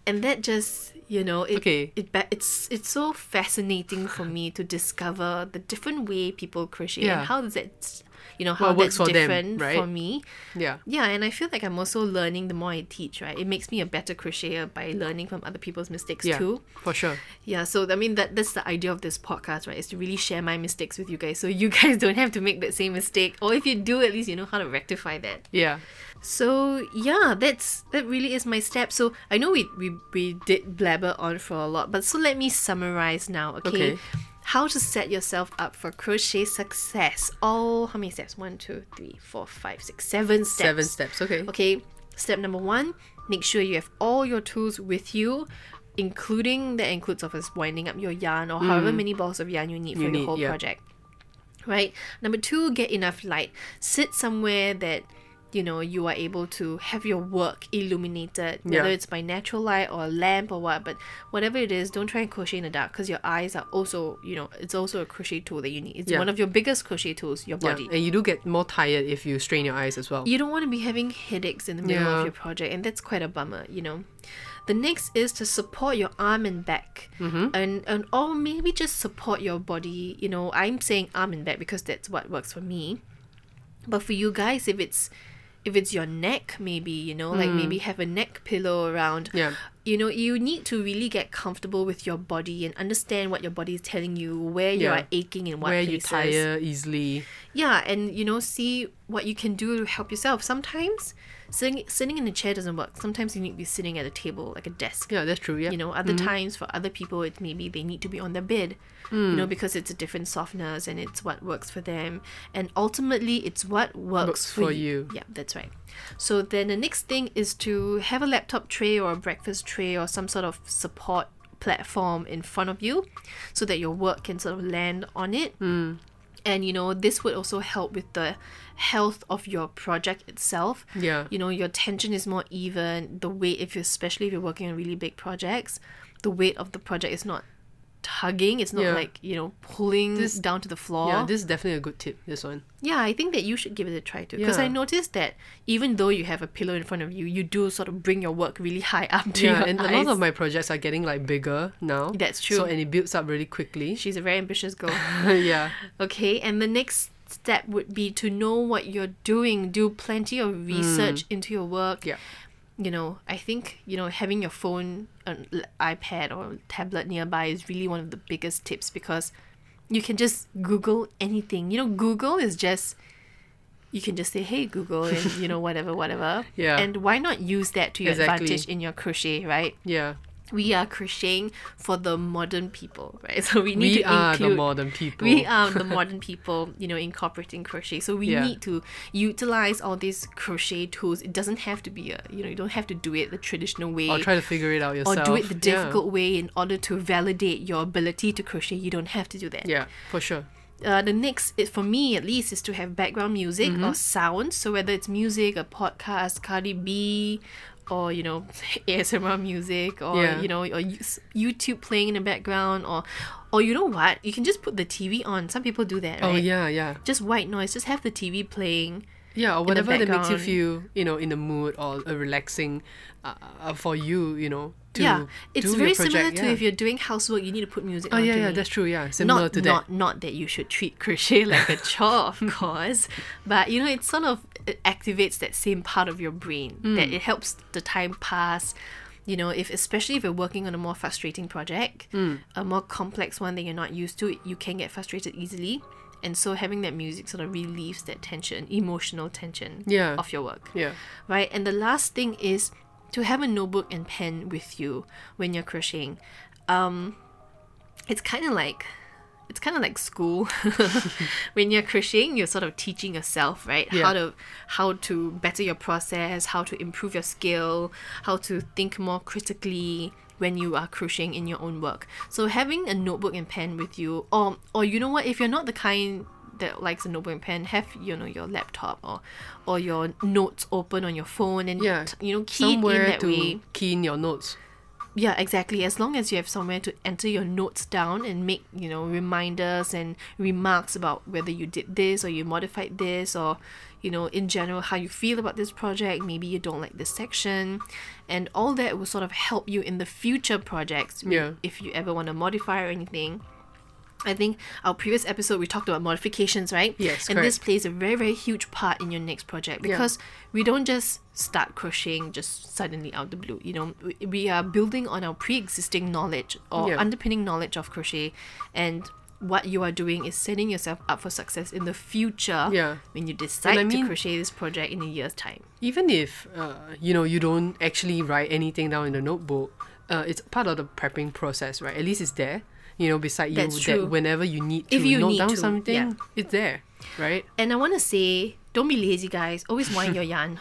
Speaker 2: and that just you know it
Speaker 3: Okay.
Speaker 2: it ba- it's it's so fascinating for me to discover the different way people crochet
Speaker 3: Yeah.
Speaker 2: and how is that you know how
Speaker 3: What
Speaker 2: that's
Speaker 3: works for them,
Speaker 2: different
Speaker 3: right?
Speaker 2: for me.
Speaker 3: Yeah.
Speaker 2: Yeah, and I feel like I'm also learning the more I teach, right? It makes me a better crocheter by learning from other people's mistakes
Speaker 3: Yeah.
Speaker 2: too.
Speaker 3: For sure.
Speaker 2: Yeah, so I mean that that's the idea of this podcast, right? Is to really share my mistakes with you guys so you guys don't have to make that same mistake. Or if you do, at least you know how to rectify that.
Speaker 3: Yeah.
Speaker 2: So yeah, that's that really is my step. So I know we we, we did blabber on for a lot, but so let me summarize now, okay?
Speaker 3: Okay.
Speaker 2: How to set yourself up for crochet success. All how many steps? One, two, three, four, five, six, seven steps.
Speaker 3: Seven steps. Okay.
Speaker 2: Okay. Step number one, make sure you have all your tools with you, including that includes of course winding up your yarn or however many balls of yarn you need for your
Speaker 3: Mm. need,
Speaker 2: whole
Speaker 3: yeah.
Speaker 2: project. Right? Number two, get enough light. Sit somewhere that you know you are able to have your work illuminated, whether
Speaker 3: Yeah.
Speaker 2: it's by natural light or a lamp or what, but whatever it is, don't try and crochet in the dark because your eyes are also, you know, it's also a crochet tool that you need. It's
Speaker 3: Yeah.
Speaker 2: one of your biggest crochet tools, your
Speaker 3: Yeah.
Speaker 2: body
Speaker 3: And you do get more tired if you strain your eyes as well.
Speaker 2: you don't want to be having headaches in the middle of
Speaker 3: Yeah.
Speaker 2: your project and that's quite a bummer you know the next is to support your arm and back
Speaker 3: Mm-hmm.
Speaker 2: and and or maybe just support your body you know i'm saying arm and back because that's what works for me but for you guys if it's if it's your neck maybe you know like maybe have a neck pillow around
Speaker 3: Mm. Yeah.
Speaker 2: you know you need to really get comfortable with your body and understand what your body is telling you where you
Speaker 3: Yeah.
Speaker 2: are aching and what
Speaker 3: Where you
Speaker 2: places.
Speaker 3: tire easily.
Speaker 2: Yeah, and you know, see what you can do to help yourself. Sometimes sitting sitting in a chair doesn't work. Sometimes you need to be sitting at a table, like a desk.
Speaker 3: Yeah, that's true. Yeah.
Speaker 2: You know, other times for other people, it's maybe they need to be on their bed, you
Speaker 3: Mm.
Speaker 2: know, because it's a different softness and it's what works for them. And ultimately, it's what works,
Speaker 3: Works
Speaker 2: for
Speaker 3: for
Speaker 2: you.
Speaker 3: you.
Speaker 2: Yeah, that's right. So then the next thing is to have a laptop tray or a breakfast tray or some sort of support platform in front of you so that your work can sort of land on it. And you know, this would also help with the health of your project itself.
Speaker 3: Yeah.
Speaker 2: You know, your tension is more even. The weight, if you especially if you're working on really big projects, the weight of the project is not tugging. It's not
Speaker 3: Yeah.
Speaker 2: like you know pulling
Speaker 3: This-
Speaker 2: down to the floor.
Speaker 3: Yeah, this is definitely a good tip. This one.
Speaker 2: Yeah, I think that you should give it a try too. Because I
Speaker 3: Yeah.
Speaker 2: noticed that even though you have a pillow in front of you, you do sort of bring your work really high up to
Speaker 3: Yeah,
Speaker 2: your
Speaker 3: and
Speaker 2: eyes.
Speaker 3: a lot of my projects are getting like bigger now.
Speaker 2: That's true.
Speaker 3: So and it builds up really quickly.
Speaker 2: She's a very ambitious girl.
Speaker 3: yeah.
Speaker 2: Okay, and the next step would be to know what you're doing. Do plenty of research into your work.
Speaker 3: Mm. Yeah.
Speaker 2: You know, I think, you know, having your phone, an iPad, or tablet nearby is really one of the biggest tips because you can just Google anything. You know, Google is just, you can just say, hey, Google, and, you know, whatever, whatever.
Speaker 3: Yeah.
Speaker 2: And why not use that to your
Speaker 3: Exactly.
Speaker 2: advantage in your crochet, right?
Speaker 3: Yeah.
Speaker 2: We are crocheting for the modern people, right? So we need
Speaker 3: We
Speaker 2: to
Speaker 3: are
Speaker 2: include
Speaker 3: the modern people.
Speaker 2: we are the modern people, you know, incorporating crochet. So we
Speaker 3: Yeah.
Speaker 2: need to utilize all these crochet tools. It doesn't have to be a, you know, you don't have to do it the traditional way
Speaker 3: Or try to figure it out
Speaker 2: or
Speaker 3: yourself.
Speaker 2: do it the
Speaker 3: Yeah.
Speaker 2: difficult way in order to validate your ability to crochet. You don't have to do that.
Speaker 3: Yeah, for sure.
Speaker 2: Uh, the next, it, for me at least, is to
Speaker 3: Mm-hmm.
Speaker 2: have background music or sound. So whether it's music, a podcast, Cardi B, or you know ASMR music or
Speaker 3: Yeah.
Speaker 2: you know or you- YouTube playing in the background or or you know what you can just put the TV on. Some people do that.
Speaker 3: Oh
Speaker 2: right?
Speaker 3: yeah, yeah,
Speaker 2: Just white noise. Just have the TV playing.
Speaker 3: yeah, or whatever that makes
Speaker 2: background.
Speaker 3: you feel, you know, in the mood or a relaxing, uh, uh, for you, you know, to
Speaker 2: yeah, it's
Speaker 3: do
Speaker 2: very
Speaker 3: your project,
Speaker 2: similar to
Speaker 3: yeah.
Speaker 2: if you're doing housework, you need to put music.
Speaker 3: Oh
Speaker 2: on
Speaker 3: yeah,
Speaker 2: to
Speaker 3: yeah,
Speaker 2: me.
Speaker 3: that's true. Yeah, similar
Speaker 2: not,
Speaker 3: to that.
Speaker 2: Not, not that you should treat crochet like a chore, of course, but you know, it sort of it activates that same part of your brain
Speaker 3: Mm.
Speaker 2: that it helps the time pass. You know, if especially if you're working on a more frustrating project,
Speaker 3: Mm.
Speaker 2: a more complex one that you're not used to, you can get frustrated easily. And so having that music sort of relieves that tension, emotional tension
Speaker 3: Yeah.
Speaker 2: of your work
Speaker 3: Yeah.
Speaker 2: right? And the last thing is to have a notebook and pen with you when you're crocheting. Um, it's kind of like it's kind of like school. when you're crocheting, you're sort of teaching yourself, right?
Speaker 3: Yeah.
Speaker 2: How to how to better your process, how to improve your skill, how to think more critically when you are crocheting in your own work. So having a notebook and pen with you, or or you know what, if you're not the kind that likes a notebook and pen, have you know your laptop or or your notes open on your phone and
Speaker 3: Yeah,
Speaker 2: t- you know key it in
Speaker 3: Somewhere
Speaker 2: that
Speaker 3: to
Speaker 2: way.
Speaker 3: key in your notes.
Speaker 2: Yeah, exactly. As long as you have somewhere to enter your notes down and make, you know, reminders and remarks about whether you did this or you modified this or, you know, in general, how you feel about this project. Maybe you don't like this section. And all that will sort of help you in the future projects when-
Speaker 3: Yeah.
Speaker 2: if you ever want to modify or anything. I think our previous episode we talked about modifications, right?
Speaker 3: Yes,
Speaker 2: And this
Speaker 3: correct.
Speaker 2: plays a very, very huge part in your next project because we don't just start crocheting just suddenly out the blue. You know, we, we are building on our pre-existing knowledge or
Speaker 3: Yeah.
Speaker 2: underpinning knowledge of crochet, and what you are doing is setting yourself up for success in the future.
Speaker 3: Yeah.
Speaker 2: When you decide
Speaker 3: mean-
Speaker 2: to crochet this project in a year's time.
Speaker 3: even if uh, you know you don't actually write anything down in the notebook, uh, it's part of the prepping process, right? At least it's there, you know, beside you.
Speaker 2: That's
Speaker 3: that
Speaker 2: true.
Speaker 3: Whenever you need to
Speaker 2: If you
Speaker 3: note
Speaker 2: need
Speaker 3: down
Speaker 2: to,
Speaker 3: something,
Speaker 2: yeah.
Speaker 3: it's there, right?
Speaker 2: And I want to say, don't be lazy, guys. Always wind your yarn.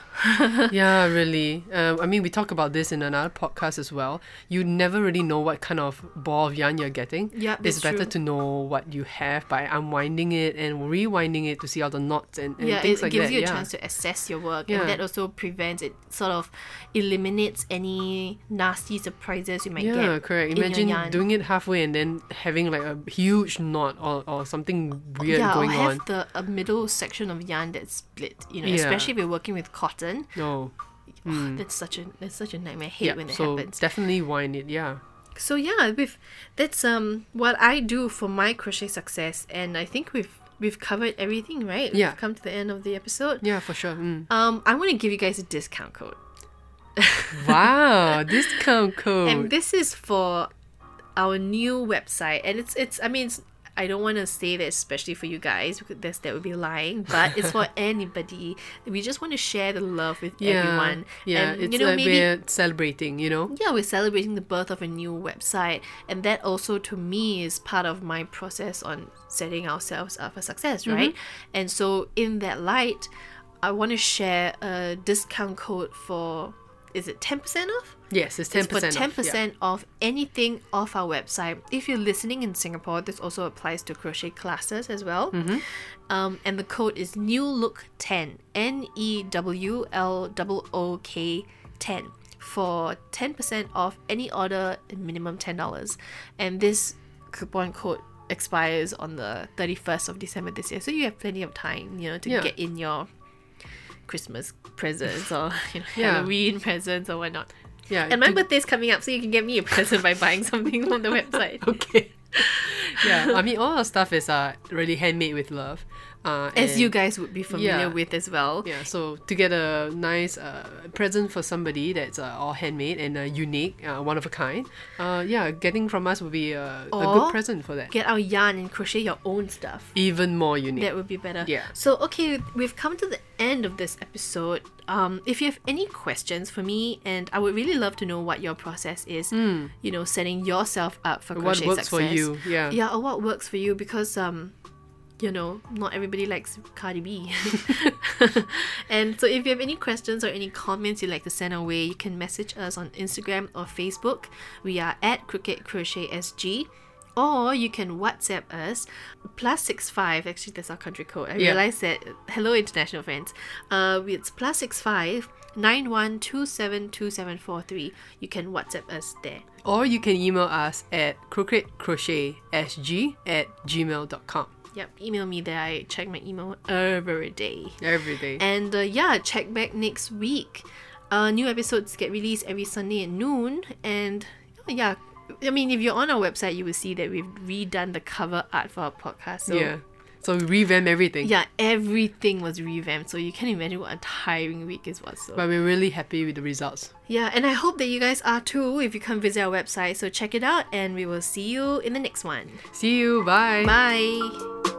Speaker 3: yeah, really. Um, I mean, we talk about this in another podcast as well. You never really know what kind of ball of yarn you're getting.
Speaker 2: Yeah,
Speaker 3: it's
Speaker 2: that's
Speaker 3: better
Speaker 2: true.
Speaker 3: to know what you have by unwinding it and rewinding it to see all the knots and, and
Speaker 2: yeah,
Speaker 3: things
Speaker 2: it,
Speaker 3: like
Speaker 2: it gives
Speaker 3: that.
Speaker 2: you a
Speaker 3: yeah.
Speaker 2: chance to assess your work,
Speaker 3: Yeah.
Speaker 2: and that also prevents it sort of eliminates any nasty surprises you might get.
Speaker 3: Yeah, correct.
Speaker 2: in your
Speaker 3: Imagine
Speaker 2: yarn.
Speaker 3: doing it halfway and then having like a huge knot or, or something weird
Speaker 2: yeah,
Speaker 3: going
Speaker 2: or have
Speaker 3: on.
Speaker 2: the a middle section of yarn that's split. You know,
Speaker 3: Yeah.
Speaker 2: especially if you're working with cotton,
Speaker 3: No.
Speaker 2: that's such a that's such a nightmare. I hate
Speaker 3: Yeah.
Speaker 2: when that
Speaker 3: So
Speaker 2: happens.
Speaker 3: definitely wind it. Yeah.
Speaker 2: So yeah, with that's um what I do for my crochet success, and I think we've we've covered everything, right?
Speaker 3: Yeah.
Speaker 2: We've come to the end of the episode.
Speaker 3: Yeah, for sure. Mm.
Speaker 2: Um, I want to give you guys a discount code.
Speaker 3: wow, discount code.
Speaker 2: And this is for our new website, and it's it's. I mean, it's, I don't want to say that especially for you guys because that's, that would be lying, but it's for anybody. We just want to share the love with
Speaker 3: yeah.
Speaker 2: everyone.
Speaker 3: Yeah,
Speaker 2: and,
Speaker 3: it's
Speaker 2: you know,
Speaker 3: like
Speaker 2: maybe
Speaker 3: we're celebrating, you know?
Speaker 2: yeah, we're celebrating the birth of a new website, and that also to me is part of my process on setting ourselves up for
Speaker 3: Mm-hmm.
Speaker 2: success, right? And so, in that light, I want to share a discount code for is it ten percent off?
Speaker 3: Yes, it's 10%
Speaker 2: It's for ten
Speaker 3: off. Yeah.
Speaker 2: percent off anything off our website. If you're listening in Singapore, this also applies to crochet classes as well.
Speaker 3: Mm-hmm.
Speaker 2: Um, and the code is New Look Ten N E W L O O K Ten for ten percent off any order and minimum ten dollars. And this coupon code expires on the thirty first of December this year, so you have plenty of time, you know, to
Speaker 3: Yeah.
Speaker 2: get in your. Christmas presents or you know,
Speaker 3: Yeah.
Speaker 2: Halloween presents or whatnot.
Speaker 3: Yeah.
Speaker 2: And my
Speaker 3: to-
Speaker 2: birthday's coming up, so you can get me a present by buying something on the website.
Speaker 3: Okay. yeah, I mean, all our stuff is uh, really handmade with love. Uh,
Speaker 2: As
Speaker 3: and-
Speaker 2: you guys would be familiar
Speaker 3: Yeah.
Speaker 2: with as well.
Speaker 3: Yeah, so to get a nice uh, present for somebody that's uh, all handmade and uh, unique, uh, one of a kind, uh, yeah, getting from us would be uh, a, a
Speaker 2: Or
Speaker 3: good present for that.
Speaker 2: Get our yarn and crochet your own stuff.
Speaker 3: Even more unique.
Speaker 2: That would be better.
Speaker 3: Yeah.
Speaker 2: So okay, we've come to the end of this episode. Um, if you have any questions for me, and I would really love to know what your process is. You know, setting yourself up for
Speaker 3: Hmm. what
Speaker 2: crochet
Speaker 3: works for
Speaker 2: success.
Speaker 3: you, yeah.
Speaker 2: Yeah, or what works for you because um, you know, not everybody likes Cardi B. and so if you have any questions or any comments you'd like to send our way, you can message us on Instagram or Facebook. We are at Crooked Crochet SG. or you can WhatsApp us plus six five. Actually, that's our country code. I
Speaker 3: Yeah.
Speaker 2: realized that. Hello, international friends. Uh, it's plus six five nine one two seven two seven four three. You can WhatsApp us there.
Speaker 3: Or you can email us at crookedcrochtsg at gmail.com
Speaker 2: Yep, email me there. I check my email every day.
Speaker 3: every day.
Speaker 2: And uh, yeah, check back next week. Uh, new episodes get released every Sunday at noon. And oh, yeah, I mean, if you're on our website, you will see that we've redone the cover art for our podcast. So
Speaker 3: yeah. So we revamp everything.
Speaker 2: yeah, everything was revamped. So you can imagine what a tiring week it was. So.
Speaker 3: But we're really happy with the results.
Speaker 2: Yeah, and I hope that you guys are too if you come visit our website. So check it out, and we will see you in the next one.
Speaker 3: See you. Bye.
Speaker 2: Bye.